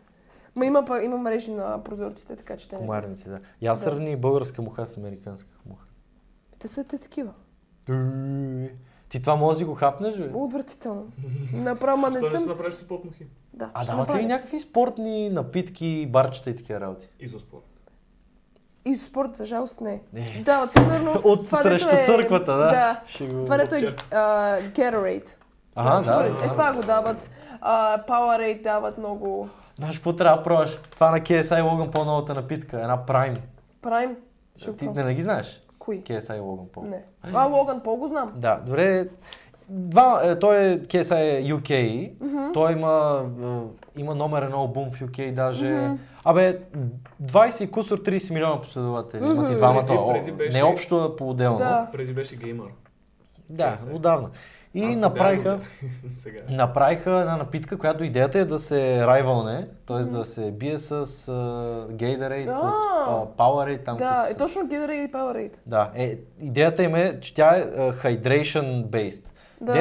Ма има, па- има мрежи на прозорците, така че те не
Комарници, да. Я
Да.
сравни българска муха с американска муха.
Те са те такива.
Е, Ти това може да си го хапнеш, бе?
Отвратително. Направо, ма не
Защо не си
съм...
направиш с потмухи?
Да,
А
ще
дават ли
направя.
някакви спортни напитки, барчета и такива работи?
И за спорт.
И спорт, за жалост, не.
Не.
Да, примерно...
От
това, дето
срещу
е-
църквата, да.
Да.
Ще го...
Това дето е
Бобче.
а, Gatorade.
Ага,
Чува
да.
ли? Е, това го дават. А, Powerade дават много.
Знаеш, какво трябва да пробваш? Това на KSI Logan по-новата напитка, една Prime.
Prime. Ще го
Ти
пробвам.
не, не ги знаеш?
Кои?
KSI Logan по.
Не. А, Логан Пол го знам.
Да, добре. Два, е, той е KSI е UK, той има, е, има номер едно албум в UK даже. Абе, 20 и кусор 30 милиона последователи. Имат и
Мгм.
двамата.
Преди-
о,
преди беше-
Не общо, а по-отделно.
Да.
Преди беше геймър.
Да,
KSI.
отдавна. И
е. Аз
направиха,
побягам, бе. Сега.
направиха една напитка, която идеята е да се райвълне, т.е. да се бие с а, Gatorade,
Да.
с а, Powerade, там
Да,
които
е
са.
точно Gatorade и Powerade.
Да, е, идеята им е, че тя е а, hydration based.
Да.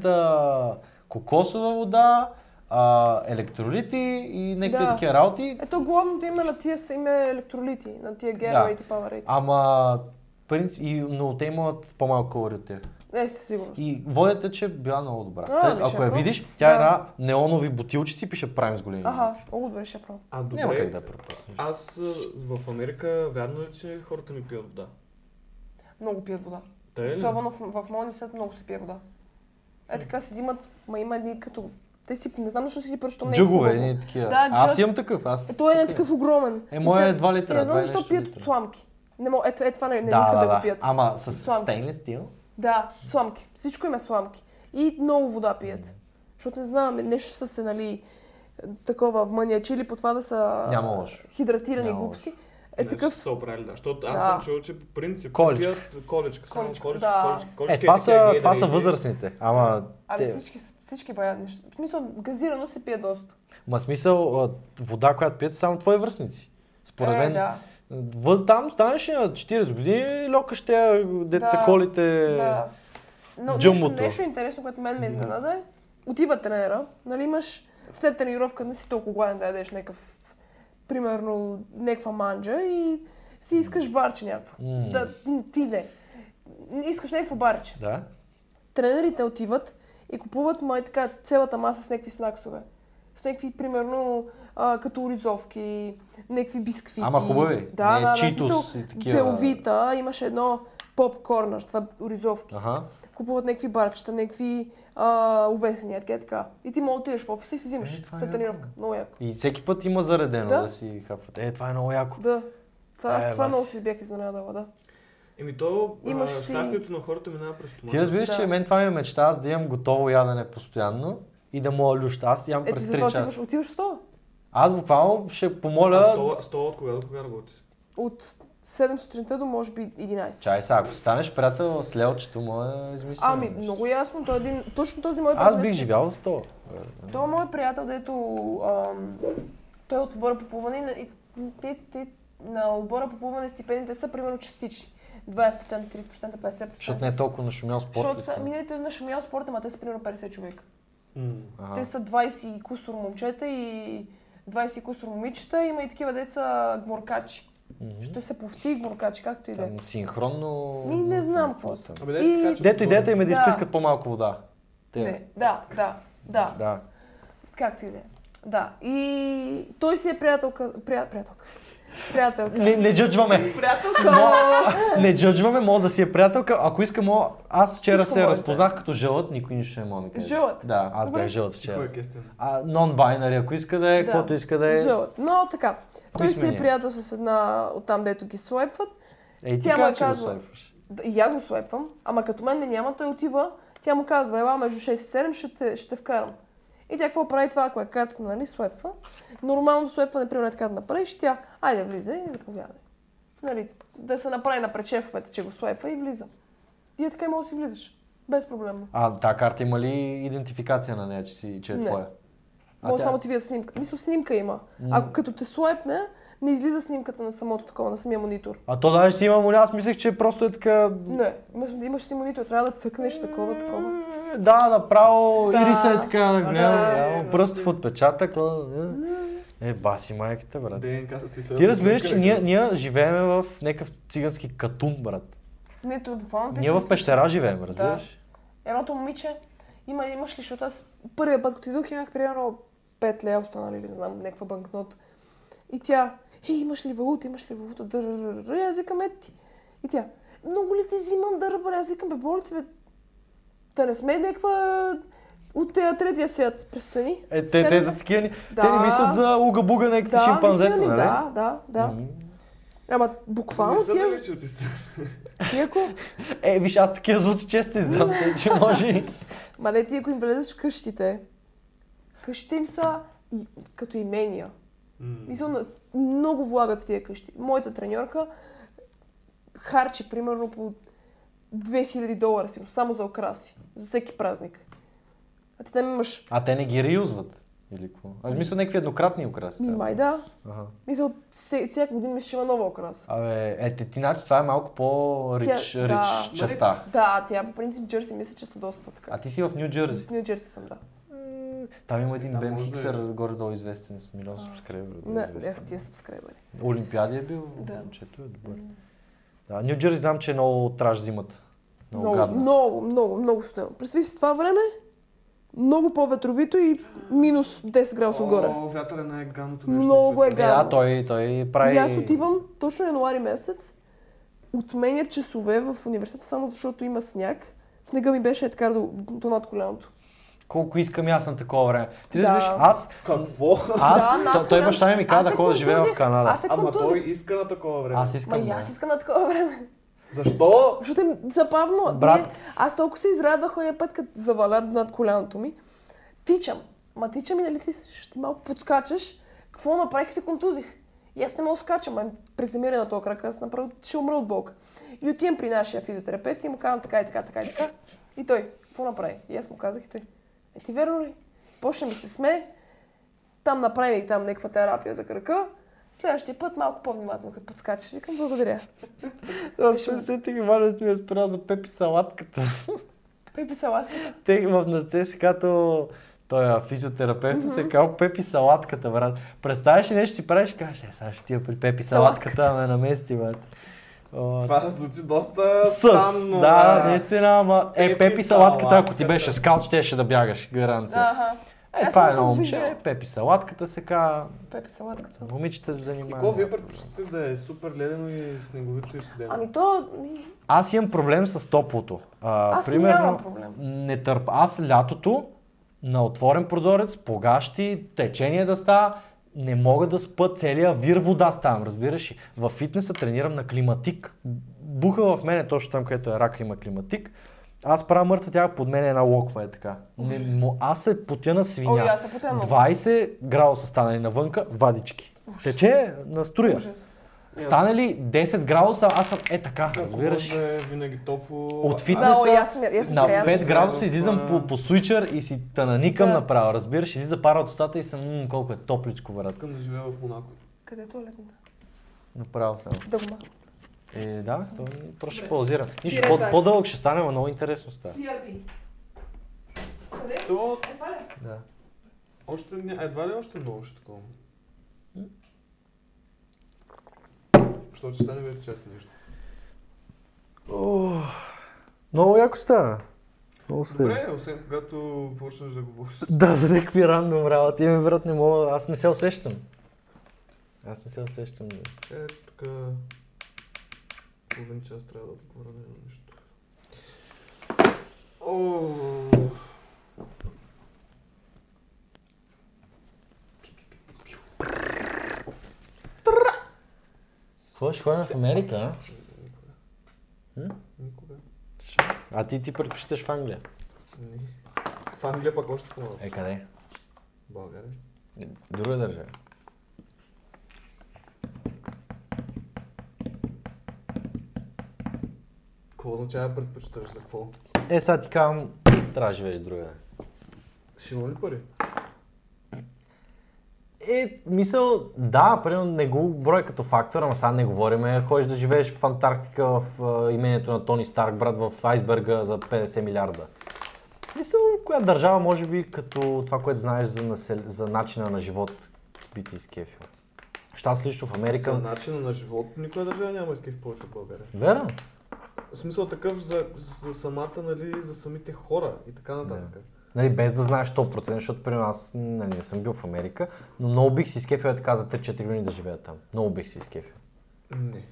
10% кокосова вода, а, електролити и някакви
Да.
такива работи.
Ето главното име на тия са име е електролити, на тия Gatorade и Powerade.
Ама, принцип, и, но те имат по-малко калории от тях.
Не, Е, със сигурност.
И водята, че е била много добра.
А,
Та,
ми ще
ако я
пробвам.
видиш, тя е
Да.
една неонови бутилчици, пише Prime с големи.
Аха, много добре ще я пробвам.
А, добре.
Няма как да я пропуснеш.
Аз а, в Америка, вярно ли, че хората не пият вода?
Много пият вода.
Те Е ли?
Особено в, в моят свят много се пие вода. Е така си взимат, ма има едни като... Те си, не знам защо си ги пръщат, но не е
Джугове,
хубаво.
едни такива.
Да,
Аз
джъг.
имам такъв. Аз...
Е, той е не такъв огромен.
Е, моя
И
е
за-
2 литра.
Не знам
20
защо
нещо
пият
литра.
сламки. Не мога, е, е, това не, не
да,
искат
да,
да,
да.
го пият.
Ама с
Сламки.
стейнлес стил.
Да, сламки. Всичко им е сламки. И много вода пият. Защото не знам, нещо са се, нали, такова вманиачили по това да са
Няма лошо.
хидратирани
Няма
глупски. Е
Не, че
такъв...
са оправили, да. Защото аз
Да.
съм чул, че по принцип
Количка.
пият количка. Само
Количка,
количка,
да.
количка, количка.
Е, това
и
са,
такива
това са
гейдери.
възрастните. Ама,
Абе,
те,
всички, всички бая неща. В смисъл, газирано се пие доста.
ма смисъл, а, вода, която пият, са само твои връстници. Според
Е,
мен,
да.
въз, там станеш и на 40 години, лёка ще я, дето
Да,
са колите.
Да. Но нещо,
джъмбото.
нещо интересно, което мен ме изненада е, отива тренера, нали имаш след тренировка не си толкова гладен да ядеш някакъв, примерно, някаква манджа и си искаш барче някакво.
М.
Да, м, ти не. Искаш някакво барче.
Да?
Тренерите отиват и купуват май така цялата маса с някакви снаксове. С някакви, примерно, а, като оризовки, някакви бисквити.
Ама хубави.
Да,
Не
да, да.
Cheetos
смисъл,
и такива.
Делвита, имаше едно попкорна, това оризовки
Аха.
купуват някакви барчета, някакви а, увесени, така, и така. И ти мога да отидеш в офиса и си взимаш
Е, това е
след
яко.
тренировка. Много яко.
И всеки път има заредено да,
Да.
си хапват. Е, това е много яко.
Да. Това, аз
Е,
това
бас.
много си бях изненадала, да.
Еми то,
Имаш
Имаш
си-
щастието на хората минава през това.
Ти разбираш,
Да.
че мен това ми е мечта, аз да имам готово ядене постоянно и да мога люща. Аз ям
Ето
през
Е, ти затова
3
отиваш,
часа.
отиваш в стола.
Аз буквално ще
А
помоля...
стола, стола от кога до кога работи?
От 7 сутринта до може би 11.
Чай сега, ако станеш приятел с Лелчето, мое е измислено.
Ами, много ясно. Той е един, точно този мой
Аз бих живял с това.
Той е мой приятел, дето ам, той е от отбора по плуване и на- и те, те, на отбора по плуване стипендиите са примерно частични. 20%, 30%, 50%.
Защото не е толкова нашумял спорт.
Защото
ли
са,
това?
миналите на шумял спорта, ама те са примерно 50 човека.
М.
Аха.
Те са 20 и кусор момчета и 20 и кусор момичета. Има и такива деца гморкачи.
Мгм.
Ще са повци и гморкачи, както и да е.
Там синхронно...
Ми, не знам какво
са.
Абе, дайте
И-
скачат
Дето идеята им е да
Да.
изплискат по-малко вода. Те.
Не, да, да, да,
Да.
както и да е. Да, и той си е приятелка, прия, приятелка, приятелка.
Не, не джъджваме. не джъджваме, мога да си е приятелка. Ако искам, мога... аз вчера
Всичко
се
може да е.
разпознах като жълът, никой нищо не мога да ми каже.
Жълът?
Да, аз
Добре.
бях жълът
Ти кой
вчера.
е кестен?
А, нон-байнари, ако иска да е,
Да.
каквото иска да е.
Жълът. Но така,
Кои
той
сме
си е
ние?
приятел с една от там, дето ги слепват.
Ей, ти
Тя му е
каза, че го
казала.
слепваш.
Да, И аз го слепвам, ама като мен не няма, той отива, тя му казва, ела между 6 и 7 ще те, ще те вкарам. И тя какво прави това, ако е картата, нали, слепва. Нормално слепване, примерно е така да направиш, и тя, айде влизай и заповядай. Нали, да се направи на пречефовете, че го слепва и влиза. И е така и мога да си влизаш. Безпроблемно.
А, та карта има ли идентификация на нея, че, си, че е
Не.
твоя? А
Мога
тя-
само ти видя снимка. Мисля, снимка има. Ако като те слепне, не излиза снимката на самото такова, на самия монитор.
А то даже си има моля, аз мислех, че просто е така...
Не, имаш, имаш си монитор, трябва да цъкнеш такова, такова.
Е, Да, направо
Да.
ириса е така на голям,
Да.
да, пръст в отпечатък. а, Е, Е, баси майката, брат.
ДНК са си
Ти разбираш, че ние, ние живееме в някакъв цигански катун, брат.
Не, то буквално те
Ние
си
в
мислят,
пещера живеем, разбираш?
че Едното момиче, има, имаш ли, защото аз първия път, като идох, имах примерно 5 лея останали, или не знам, някаква банкнот. И тя, хей, имаш ли валута, имаш ли валута, дърърърър, аз викам, е ти. И тя, много ли ти взимам дъръбър, аз викам, бе, моля ти, бе, да не сме някаква от тея третия свят, престани.
Е, те, те са такива. ни- Те не
Да.
мислят за уга-буга някакви
Да,
шимпанзета,
наистина ли,
нали?
да, да, да.
М.
Ама
Не
буквално
са
тия,
далече от истината.
тия, ако
Е, виж, аз такива звуци често издам, тъй че може и...
Ма не ти, ако им влезеш в къщите, къщите им са и, като имения.
М.
Мисля, на- много влагат в тия къщи. Моята треньорка харчи примерно по 2000 долара си, само за окраси, за всеки празник. А ти там имаш,
А те не ги реюзват. Или какво? А в смисъл някакви еднократни украси.
ми
трябва.
май да,
Ага.
мисля, от се- всяка година мисля, че има нова окраса.
Абе, е, ти, ти значи това е малко по-рич,
Тя-
рич
да. нали,
частта.
Да, тя по принцип Джерси мисля, че са доста така.
А ти си в Нью Джерси.
В Нью Джерси съм, да.
Там има един
Там
Бен
може да е.
Хиксър, горе-долу известен с милион субскрайбера. да е
На,
известен.
ех, тия сабскрайбъри.
Олимпиади е бил,
Да.
момчето е добър. Да, Нью Джерси знам, че е много траж зимата. Много,
Много,
гадно.
много, много, много студено. Представи си това време, много по-ветровито и минус 10 градуса отгоре.
О, вятър е най-гадното нещо. на
Много е
света.
Е, да,
гадно.
той, той прави...
И аз отивам точно януари месец, отменя часове в университета, само защото има сняг. Снега ми беше е така до, до над коляното.
Колко искам и аз на такова време. Ти да.
Да.
разбираш, аз...
Какво?
Аз, той,
над
той
коляно.
баща ми ми
Аз
каза
се
да ходя да живея в
контузих.
Канада.
Аз се
Ама той
контузих.
иска на такова време.
Аз искам
Ма и
да.
аз искам на такова време.
Защо?
Защото е забавно.
Брат.
Не, аз толкова се израдвах ония път, като заваля над коляното ми. Тичам. Ма тичам и нали ти, ще ти малко подскачаш. Какво направих и се контузих. И аз не мога да скачам, ами приземирай на този крак, аз направо ще умра от болка. И отивам при нашия физиотерапевт и му казвам така и така, така и така. И той, какво направи? И аз му казах и той, е ти верно ли? Почна да се смее, там направи и там някаква терапия за крака. Следващия път малко по-внимателно, като подскачаш. Викам, благодаря.
Аз се сетих, Валя, ми е спря за Пепи салатката.
Пепи салат.
Те в наце си като той е физиотерапевт mm-hmm. се казва Пепи салатката, брат. Представяш ли нещо си правиш и кажеш, е, сега ще тия при Пепи
Салатката.
салатката, ме намести, брат. О,
Това звучи доста
С,
странно.
да, наистина, ама
Пепи
е, Пепи салатката, ако ти
салатката.
беше скаут, ще ще да бягаш, гаранция.
Аха.
Е,
Аз
това е
съм
едно момче,
виждала.
Пепи салатката се казва,
Пепи салатката.
момичета се
Какво вие
занимава.
предпочитате да е супер ледено и снеговито и студено?
Ами то... ми,
Аз имам проблем с топлото. А,
Аз
примерно,
нямам проблем.
Не търпа. Аз лятото на отворен прозорец, погащи, течение да става, не мога да спа целия вир вода ставам, разбираш ли? В фитнеса тренирам на климатик. Буха в мене, точно там, където е рака, има климатик. Аз правя мъртва тя под мен е една локва е така. Не, мо- аз се потя на свиня.
Ой, аз се потя много.
20 градуса станали навънка, вадички. Тече на струя.
Ужас.
Е,
Стане ли 10 градуса, аз съм е така,
Ако
разбираш?
може да е винаги топло.
От
а-
фитнес-
Да,
Фитнеса
ой, аз съм, аз съм
На
краясна.
5 градуса
в,
излизам
а,
по, по суичър и си тананикам
Да.
направо, разбираш, излиза пара от устата и съм, мм, колко е топличко, брат.
Искам да живея в Монако.
Къде е туалетната?
Направо само.
Дъгма.
Е, да, то ми просто ще паузира. Нищо,
Пирай
по,
пак.
по-дълъг ще стане, но много интересно става.
PRB. Къде?
То
Е, това ли?
Да.
още не, едва ли е още много ще такова? Защото ще стане вече час и нещо.
Много яко стана. Много
Добре, освен когато почнеш да говориш. Е,
Да, за някакви рандом работи. Име, брат, не мога. Аз не се усещам. Аз не се усещам. бе.
Ето така... Половин час трябва да отговоря на едно нещо. О,
Какво ще ходим в Америка? а?
никога.
А ти ти предпочиташ в Англия.
Не. В Англия пък още по-малко.
Е, къде?
България.
Друга държава.
Какво означава предпочиташ за какво?
Е, сега ти казвам, трябва да живееш друга.
Ще има ли пари?
Е, мисъл, да, примерно не го брой като фактор, ама сега не говориме. Ходиш да живееш в Антарктика, в а, имението на Тони Старк, брат, в айсберга за 50 милиарда. Мисъл, коя държава, може би, като това, което знаеш за, насел... за начина на живот, би ти изкефил. Щас лично в
За
Америка...
начина на живот никоя държава няма иски в повече от България.
Вера?
В смисъл такъв за, за самата, нали, за самите хора и така нататък.
Нали, без да знаеш 100%, защото при нас нали, не съм бил в Америка, но много бих си изкефил е така за 3-4 години да живея там. Много бих си изкефил.
Не.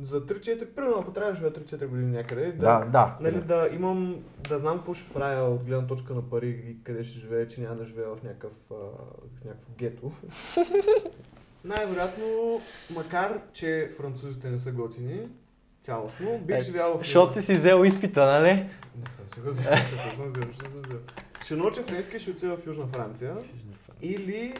За 3-4, примерно, ако трябва да живея 3-4 години някъде, да,
Да, да.
нали, да имам, да знам какво ще правя от гледна точка на пари и къде ще живея, че няма да живея в, някакъв, а, в някакво гето. Най-вероятно, макар че французите не са готини, цялостно, бих
Е,
живял в...
Защото си си взел изпита, нали?
Не съм си го взел, не съм взел, не съм взел. Ще науча френски, ще отида в Южна Франция. Или...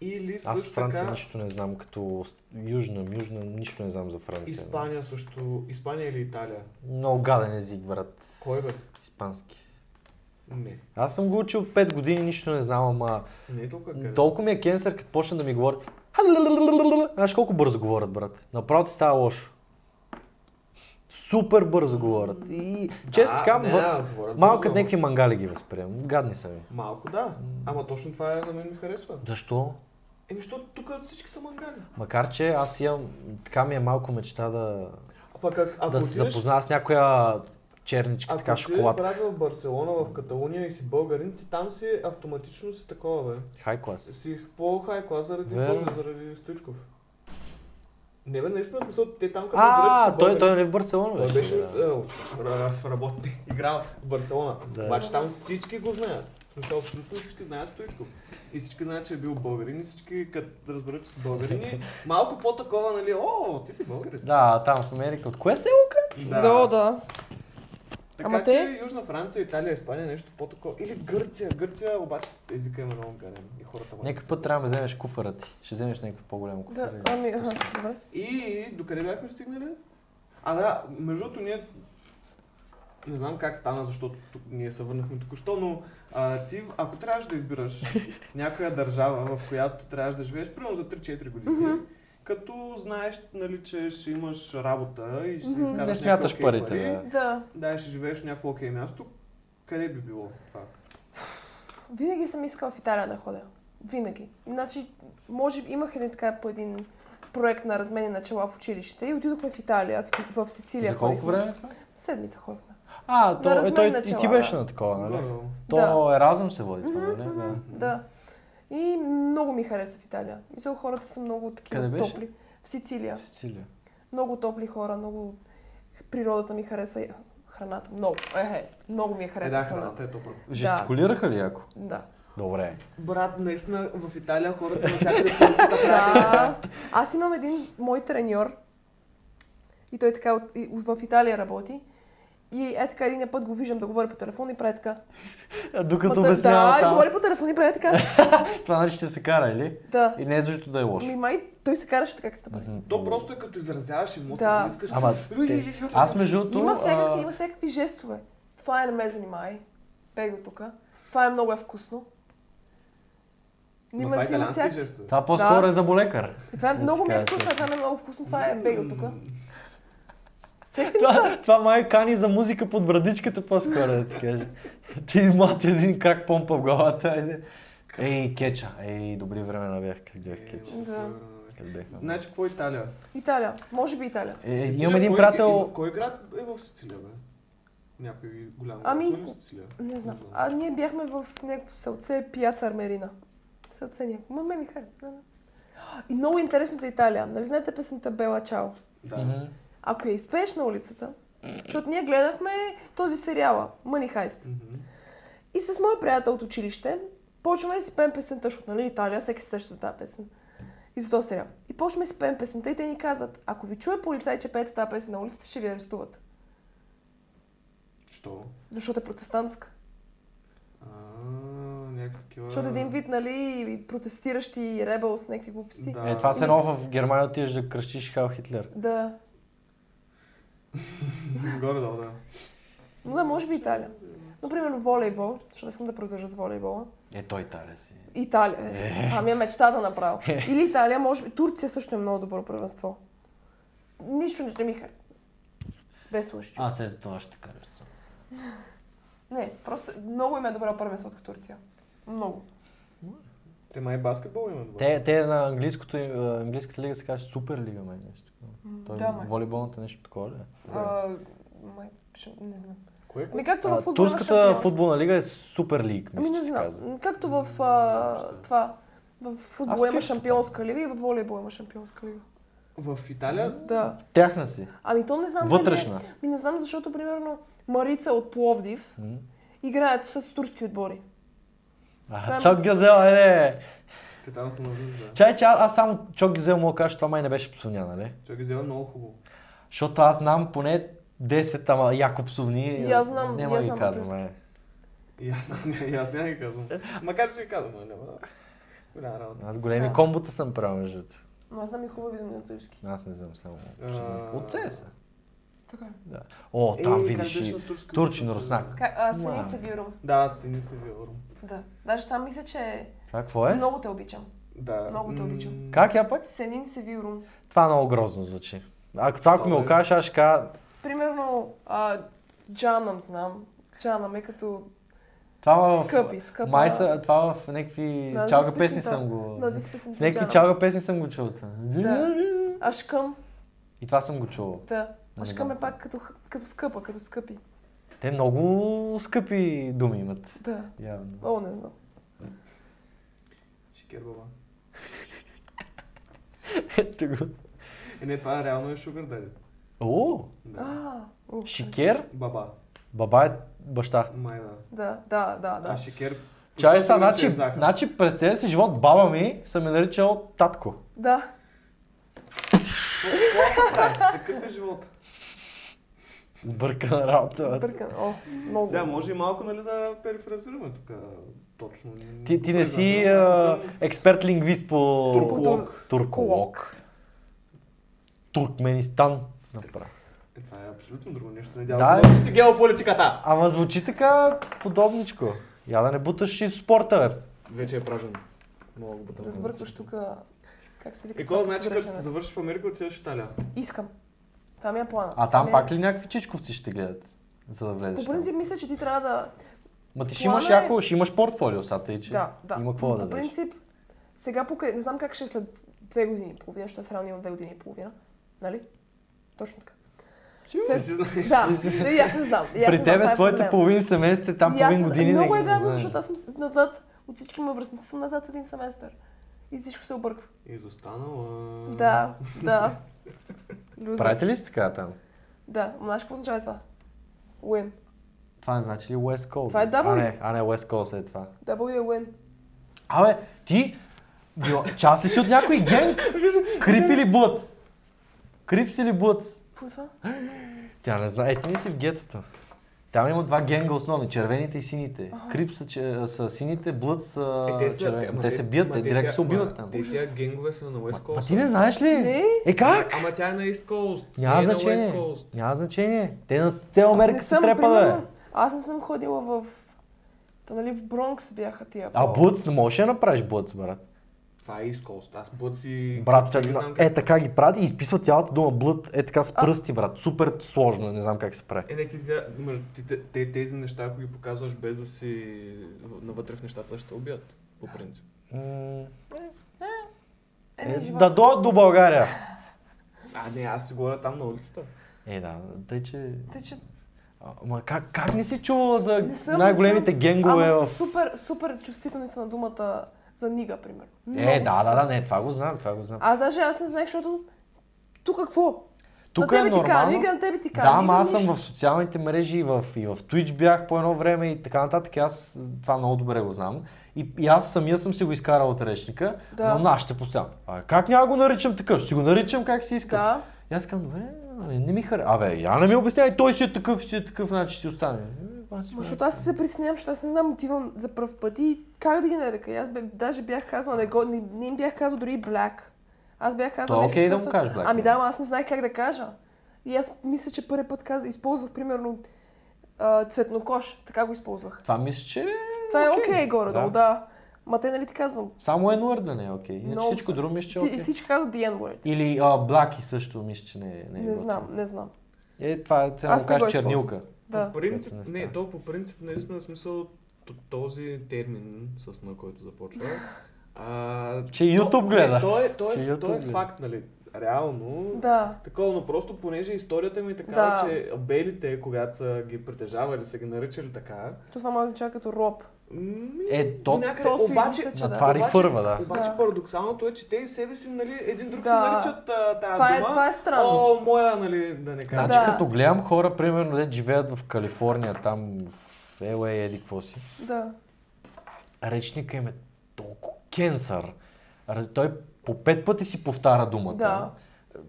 Или
Аз в
също
Франция
така...
нищо не знам, като южна, южна, нищо не знам за Франция.
Испания също. Испания или Италия?
Много гаден език, брат.
Кой бе?
Испански.
Не.
Аз съм го учил 5 години, нищо не знам, ама
Не е толкова къде.
толкова ми е кенсър, като почна да ми говори. Знаеш колко бързо говорят, брат? Направо ти става лошо. Супер бързо говорят. И често
Да,
си казвам,
не,
въ-
да, говорят
малко като
бързо,
някакви мангали ги възприемам. Гадни са ми.
ама- Малко да. Ама точно това е на мен ми харесва.
Защо?
Еми, защото тук всички са мангали.
Макар, че аз имам, така ми е малко мечта да,
А пък а- ако
да се
отидеш,
запозная с някоя черничка,
ако
така
отидеш
шоколад.
брат, в Барселона, в Каталуния и си българин, ти там си автоматично си такова, бе.
Хай клас.
Си по-хай клас заради
Верно.
този, заради Стоичков. Не бе, наистина, в смисъл, те там като разбереш, че
А,
си
той,
българин.
той не е в Барселона.
Той
бе.
беше
Да.
е, р- в работни. Играл в Барселона.
Да.
Обаче там всички го знаят. В смисъл, абсолютно всички знаят Стоичков. И всички знаят, че е бил българин. И всички, като разберат, че са българини, малко по-такова, нали, о, ти си българин.
е, Да, там в Америка. От кое се
Да, да.
Така
Ама
че
те-
Южна Франция, Италия, Испания, е нещо по-такова. Или Гърция. Гърция обаче езика има много гаден. И хората малко
Някакъв
са.
път трябва да вземеш куфара ти. Ще вземеш някакъв по-голям куфар.
Да, ами, аха, добре.
И докъде бяхме стигнали? А да, между другото ние... Не знам как стана, защото тук ние се върнахме току-що, но а, ти, ако трябваше да избираш някоя държава, в която трябваше да живееш, примерно за 3-4 години, като знаеш, нали, че ще имаш работа и ще
Мгм.
mm-hmm. изкараш
Не
някакви
смяташ
окей
парите,
пари,
да.
Да.
да. ще живееш в някакво окей място, къде би било това?
Винаги съм искала в Италия да ходя. Винаги. Значи, може би имах един така по един проект на размени на чела в училище и отидохме в Италия, в, в Сицилия.
За колко
ходихме.
време? това?
Седмица ходихме.
А, то, е,
размен
той,
на
и ти
чела,
беше
да.
на такова, нали?
Горе-долу.
То Еразъм се води това, нали? Да.
Да. И много ми хареса в Италия. Мисля, хората са много
Къде
такива
беше?
топли. В Сицилия.
В Сицилия.
Много топли хора, много... Природата ми хареса и храната. Много. Ехе, много ми е
Е,
харесала
да,
храната.
храната е добра.
Жестикулираха ли яко?
Да.
Добре.
Брат, наистина в Италия хората навсякъде пълцата
Да. Аз имам един мой треньор и той така от- и- в Италия работи. И е така един път го виждам да говори по телефон и прави така.
Докато
Ма да-
обяснява
да, и
там,
говори по телефон и прави така.
това нали ще се кара, или?
Да.
И не е защото да е лошо.
Ми май той се караше така като бъде.
Мгм.
То просто е като изразяваш емоция,
Да.
не искаш.
Ама,
Уи,
те-
изключвай.
Аз между другото...
Има
а,
всякакви, има всякакви жестове. Това е, не ме занимай. Бей го тук. Това е много е вкусно.
Ма
Нима
това е
си има
италиански
всякакви.
жестове.
Това по-скоро
Да.
е за болекар.
Това е
Не
много ми е
така,
вкусно,
че-
това не е много вкусно, това е бей го тук. Всеки
Това, това май кани за музика под брадичката по-скоро, да ти кажа. Ти мати един крак помпа в главата. айде. Ей, кеча. Ей, добри времена бях, като
Е,
гледах кеча.
Да.
Къде бяхме?
Значи, какво е Италия?
Италия. Може би Италия.
Е,
Сицилия,
имам един
кой-
приятел...
и- Кой град е в Сицилия, бе? Някой голям град
Ами-
има ли в Сицилия?
Не знам. А ние бяхме в някакво селце Пияца Армерина. Селце някакво. Ма ме ми хареса. И много интересно за Италия. Нали знаете песента Бела Чао?
Да.
Мгм.
Ако я изпееш на улицата, защото ние гледахме този сериала Мъни Хайст.
Мгм.
И с моя приятел от училище почваме да си пеем песента, защото нали Италия всеки се сеща за тази песен. И за този сериал. И почваме да си пеем песента и те ни казват, ако ви чуе полицай, че пеете тази песен на улицата, ще ви арестуват.
Що?
Защото е протестантска.
А, някакви такива...
Защото един вид, нали, протестиращи ребел с някакви глупости.
Да.
Е, това се едно в Германия отиваш да кръщиш Хал Хитлер.
да.
Горе-долу, да.
Но да, може би Италия. Но, примерно, волейбол, защото искам да продължа с волейбола.
Е, той Италия си.
Италия. Е. Това ми е мечтата направо. Или Италия, може би. Турция също е много добро първенство. Нищо не ми харесва. Без лъжи. чу.
Аз ето това ще кажа.
Не, просто много им е добро първенството в Турция. Много.
Те май баскетбол имат. бе.
Те, те на английското, им- а, английската лига се казва Супер лига, май нещо такова. Той
да, май.
волейболната нещо такова ли? е?
А, май, ще, не знам.
Кое?
Ами както
А,
в футбола
турската футболна лига е Супер лиг,
Ами
мисля,
не
че се казва.
знам. Както в а, това. В футбола има
чух, че
шампионска лига и в волейбола има шампионска лига.
В Италия
Да.
Тяхна си.
Ами то не знам. дали
Вътрешна.
е- Ми не знам, защото примерно Марица от Пловдив
М.
играят с турски отбори.
А,
Това- е
Чак Гюзел, айде!
те там са на да.
Чай, че а- аз само Чок Гюзел мога да кажа, че това май не беше псовня, нали?
Чакай, взема много хубаво.
Защото аз знам поне 10, ама яко псовни.
И аз знам- и
Няма
аз
да
знам
ги казвам.
български.
е.
И аз, и аз няма ги казвам. Макар, че ги казвам, но няма. да. Голяма работа.
Аз големи
Да.
комбота съм правил, между другото.
Но аз знам и хубави думи на турски.
Аз не знам само.
А.
псовни. От ЦС.
Така. е.
Да. О, там
Ей, как
видиш
беше
и
на турски?
турчин, руснак.
Как, а, Сини
Уау.
Севирум.
Да, сини си виорум.
Да. Даже сам мисля, че
Това какво е?
много те обичам.
Да.
Много те
м,
обичам.
Как я пък?
Сенин Севирум.
Това много грозно звучи. Ако това ако ми го
Добре.
кажеш, аз ще кажа,
Примерно, а, Джанам знам. Джанам е като
това в...
скъпи, скъпа.
Май са, това в някакви
Да,
чалга
за
песни
песента.
съм го...
Да, за песен
В някакви чалга песни съм го чул това.
Да. Ашкъм,
И това съм го чувал.
да.
Не
Ашкъм
знам.
е пак като, х- като скъпа, като скъпи.
Те много скъпи думи имат.
Да.
Явно.
О, не знам.
Шикер баба.
Ето го.
Е, не, това реално е шугар дади.
О,
Да.
А, у,
шикер,
Баба.
баба е баща.
Май да.
да, да, да, да.
А шикер...
Чай са,
Посочвам, че
значи,
е захар.
значи през целия си живот баба ми съм я наричал татко.
Да.
Такъв е живот.
Сбъркана работа. бе.
Сбъркан. О, много.
Сега може и малко нали, да перифразираме тук точно.
Ти, ти не
Аз
си
съм-
а,
аз съм-
експерт лингвист по...
Турколог.
Турколог. Туркменистан. Направо.
Е, това е абсолютно друго нещо. Не
Да, е.
дяло, да, си геополитиката.
Ама звучи така подобничко. Я да не буташ и спорта, бе.
Вече е празен. Много бутам.
Да сбъркваш тук. Как се вика?
Какво
това,
значи,
подреждане?
като завършиш в Америка, отиваш в Италия?
Искам. Това ми е плана.
А там
Ами,
пак ли някакви чичковци ще гледат? За да влезеш
По
там?
принцип мисля, че ти трябва да...
Ма ти ще
плана
имаш,
е-
яко, ще имаш портфолио са, тъй че
Да, да.
има какво да
По
дадеш.
принцип, сега пока... Не знам как ще е след две години и половина, защото аз реално имам две години и половина. Нали? Точно така.
Ти си знаеш.
Да, да, и аз не знам. и аз не
При
знам,
тебе
това
с
е
твоите
проблема.
половин семестри, там
И аз
половин
не-
години...
Много
не-
е
не
гадно,
знаеш.
защото аз съм с- назад. От всички мои връзници съм назад с един семестър. И всичко се обърква.
Изостанала.
Да, да. Люзер.
Правите ли си така там?
Да, ама знаеш какво означава това? Win.
Това не значи ли West Coast?
Това е
А
W.
не, а не West Coast е това.
W е win.
Абе, ти била, част ли си от някой генг? Крип или бут? Крип си или бут?
Какво е това?
Тя не знае. Е, ти не си в гетото. Там има два генга основни, червените и сините. Крип са, че, са сините, блът са
Е, те, са,
червени.
ама
те се бият,
ама
те директно
тя-
се
ма,
убиват там.
Те тя генгове са на West Coast.
А ти не знаеш ли?
Не.
Е как?
Ама тя е на East Coast.
Няма
не е на
значение.
West Coast.
Няма значение. Те на цел мерка се трепа да е.
примерно, Аз не съм ходила в... Та нали в Бронкс бяха тия.
А
по-
блъц, не можеш ли да направиш блъц, брат?
Това е East Coast. Аз бъд си...
Брат,
не
е,
знам как
е
се-
така ги прати и изписва цялата дума блът, е така с пръсти, брат. Супер сложно, не знам как се прави.
Е, не, ти, тя- мъж- ти, те- те, тези неща, ако ги показваш без да си в- навътре в нещата, ще се убият. По принцип.
М,
Е, не,
е,
живот.
да дойдат до България.
А, не, аз си говоря там на улицата.
Е, да, тъй че...
Тъй, че...
А, Ма как, как не си чувала за
Не съм, не
най-големите
съм.
генгове
Ама
в...
са супер, супер чувствителни са на думата за нига, примерно.
Е, да, да, да, не, това го знам, това го знам.
Аз даже аз не знаех, защото... Тук какво?
Тук
на
е
тебе ти кажа
нормално.
нига, на тебе ти кажа
Да,
нига,
ама аз съм
нищо.
в социалните мрежи и в, и в Twitch бях по едно време и така нататък. и Аз това много добре го знам. И, и аз самия съм си го изкарал от речника,
Да.
но нашите постоянно. А как няма го наричам такъв? Ще си го наричам как си искам.
Да.
И аз казвам, добре, ами не ми харесва. Абе, я не ми обяснявай, той си е такъв, си е такъв, значи си остане. Е, аз си
Ма, Защото аз се притеснявам, защото аз не знам, отивам за пръв път и как да ги нарека. И Аз бе, даже бях казала, не, го, не, не им бях казала дори и black. Аз бях казала...
То е
нещо
окей да
от
му
сорта-
кажеш black,
Ами
нали?
да, ама аз не знаех как да кажа. И аз мисля, че първи път каза, използвах примерно а, цветнокош, така го използвах.
Това мисля, че е
Това е
окей.
окей горе-долу, да. Ма те нали ти казвам,
Само е да не е окей. Иначе
Много
всичко друго мисля, че е
си,
окей.
всички казват the N-word.
Или а, блаки също мисля, че не, е- не е
Не,
готино.
знам, не знам.
Е, това е цена
Аз
го
не го
кажеш чернилка.
Да.
По принцип,
Което не
не,
става.
то по принцип наистина в смисъл т- този термин с на който започва А,
Че YouTube
не,
гледа.
Той, той,
Че
той,
YouTube
той е
гледа.
факт, нали? Реално.
Да.
Такова, но просто понеже историята ми е такава,
Да.
че белите, когато са ги притежавали, са ги наричали така.
Това може да чака като роб.
м,
Е, то-
до някъде,
То си
обаче,
мисля, че
На
да.
това
обаче-
рифърва, да.
Обаче
Да.
парадоксалното е, че те и себе си, нали, един друг
Да.
се наричат а, тая
Това е-
дума.
това е странно.
О, моя, нали, да не кажа.
Значи
Да.
като гледам хора, примерно, де живеят в Калифорния, там в LA, еди какво си,
Да.
речника им е толкова кенсър. Раз- Той по пет пъти си повтаря думата.
Да.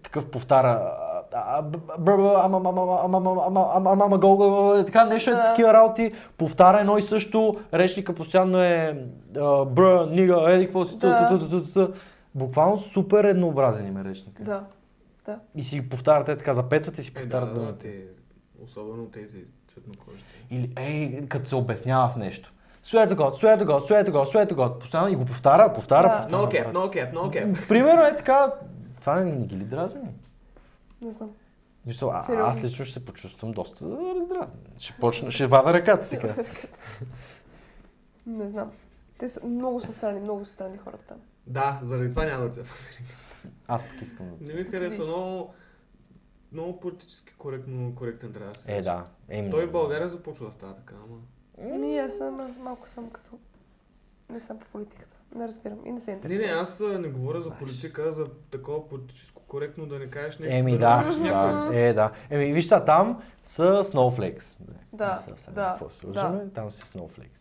Такъв повтара а, а, б- б- б- ама, ама, ама, ама, ама, ама, ама, ама, ама, го, го, го, и така нещо е
Да.
такива работи, повтаря едно и също, речника постоянно е а, бр, нига, еди какво си, ту,
Да.
ту, ту, ту, ту, ту. буквално супер еднообразен им е речника.
Да. Да.
И си ги повтаряте така, запецвате и си
Е, да,
повтарят думата.
да, те, особено тези цветнокожите.
Или, ей, като се обяснява в нещо. Swear to God, swear to God, swear to God, swear to God. Постоянно и го повтаря, повтаря,
Да.
повтаря.
No cap, no cap, no cap.
Примерно е така, това не, не ги ли дразни?
Не знам.
Мисъл, а,
Сериозно.
аз лично ще се почувствам доста раздразнен. Ще почна, ще вада ръката така.
Не знам. Те са много са странни, много са странни хората там.
Да, заради това няма да те.
Аз пък искам да...
Не ми харесва, но много политически коректно, коректен трябва да се
Е,
каже.
да. Е,
Той в България започва да става така, ама...
Ми, аз съм, аз малко съм като... Не съм по политиката. Не разбирам и не се
Не, не,
интересувам.
аз а, не говоря за политика, за такова политическо коректно да не кажеш нещо. да не
Еми да,
обидиш някого.
да, е да. Еми виж сега, там са Snowflakes.
Да,
Не, сега,
да,
Какво се лъжеме? Там са Snowflakes.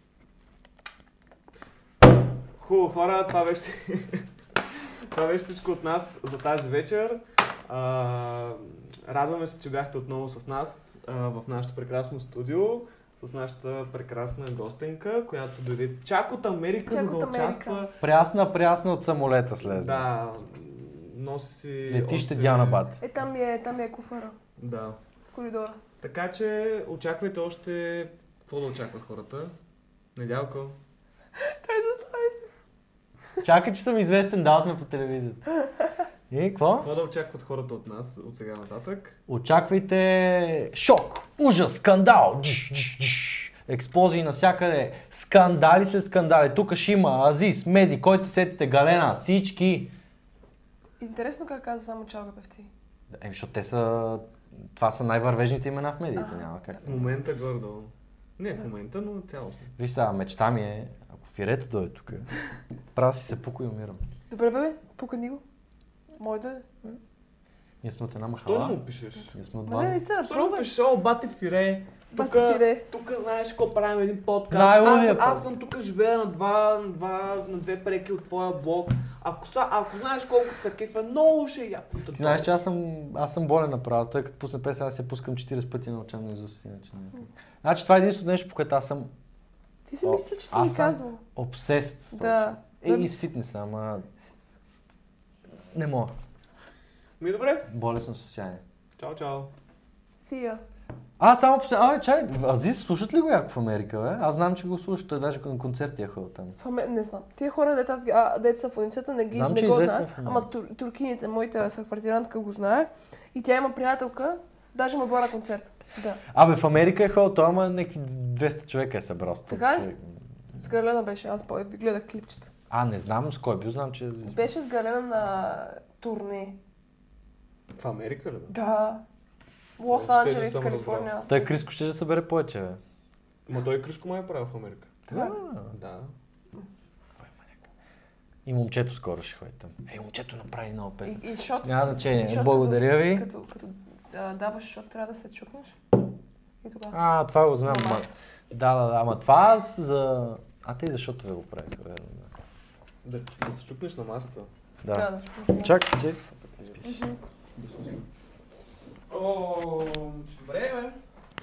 Хубаво хора, това беше, това беше всичко от нас за тази вечер. А, радваме се, че бяхте отново с нас а, в нашето прекрасно студио с нашата прекрасна гостенка, която дойде чак от Америка,
Чак
за да
от Америка.
участва.
Прясна, прясна от самолета слезе.
Да, носи си...
Летище
още-
Диана Бат.
Е, там ми е, там ми е куфара.
Да.
В коридора.
Така че очаквайте още... Какво да очакват хората? Недялко.
Той застави се.
Чакай, че съм известен, дават ме по телевизията. И какво?
Какво да очакват хората от нас от сега нататък?
Очаквайте шок, ужас, скандал, дж, дж, дж. експлозии навсякъде, скандали след скандали. Тук ще има Азис, Меди, който се сетите, Галена, всички.
Интересно как каза само чалга певци.
Еми, защото те са... Това са най-вървежните имена в медиите, няма как.
В момента гордо. Не в момента, но цялостно.
Виж сега, мечта ми е, ако фирето дойде тук, правя си се пука и умирам.
Добре, бебе, пукани го. Мой да е.
Ние сме от една
Що не
махала.
му пишеш?
Ние сме от
Мале,
база.
не се,
Що не му
пробвай.
пишеш? О, бати фире.
Бати
Тука-
фире.
Тук знаеш какво правим един подкаст.
Най-лудия
аз, аз
подкаст.
съм тук живея на, два, на, два, на две преки от твоя блог. Ако, са, ако знаеш колко са кефа, много ще е яко.
Ти знаеш, че аз съм, аз съм болен направо. Той като пусне песен, аз се пускам 40 пъти на очам на Изус. Иначе няма как. значи това е единственото нещо, по което аз съм
Ти си
О,
мисля, че си
аз
ми
съм-
казвал.
Обсест. с това
Да.
нещо. Е, и с фитнес, ама... Не мога.
Ми добре.
Болесно състояние.
Чао, чао.
Сия.
А, само последно. Абе, чай, Азис, слушат ли го яко в Америка, бе? Аз знам, че го слушат. Той даже на концерти е ходил там.
В Аме... Не знам. Тия хора, дето аз ги- а, дето са в улицата, не ги
Знам, че е
не го
известен
знаят.
в Аме.
Ама тур, туркините, моята съквартирантка го знае. И тя има приятелка, даже ме бора на концерт. Да.
Абе, в Америка е ходил, той ама някакви 200 човека е събрал. 100
Така ли?
човека.
С Гарлена беше, аз по- гледах клипчета.
А, не знам с кой е бил, знам, че е Азис.
Беше с Гарлена на турне.
В Америка ли? бе?
Да. Лос
Въобще не
Анджелес,
съм
Калифорния.
Той Криско ще да събере повече, бе.
Ма той Криско май е правил в Америка.
Така.
Да.
И момчето скоро ще ходи там. Ей, момчето направи нова песен.
И, и шот.
Няма значение.
шот
Благодаря ви.
Като, като, като а, даваш шот, трябва да се чукнеш. И тогава.
А, това го знам.
На
Ма...
маста.
Да, да, да, ама това аз за... А те и защото ви го правите, верно.
Да, да се чукнеш на масата.
Да.
Трябва
да.
да се чукнеш.
Чакай, че...
О, добре, бе.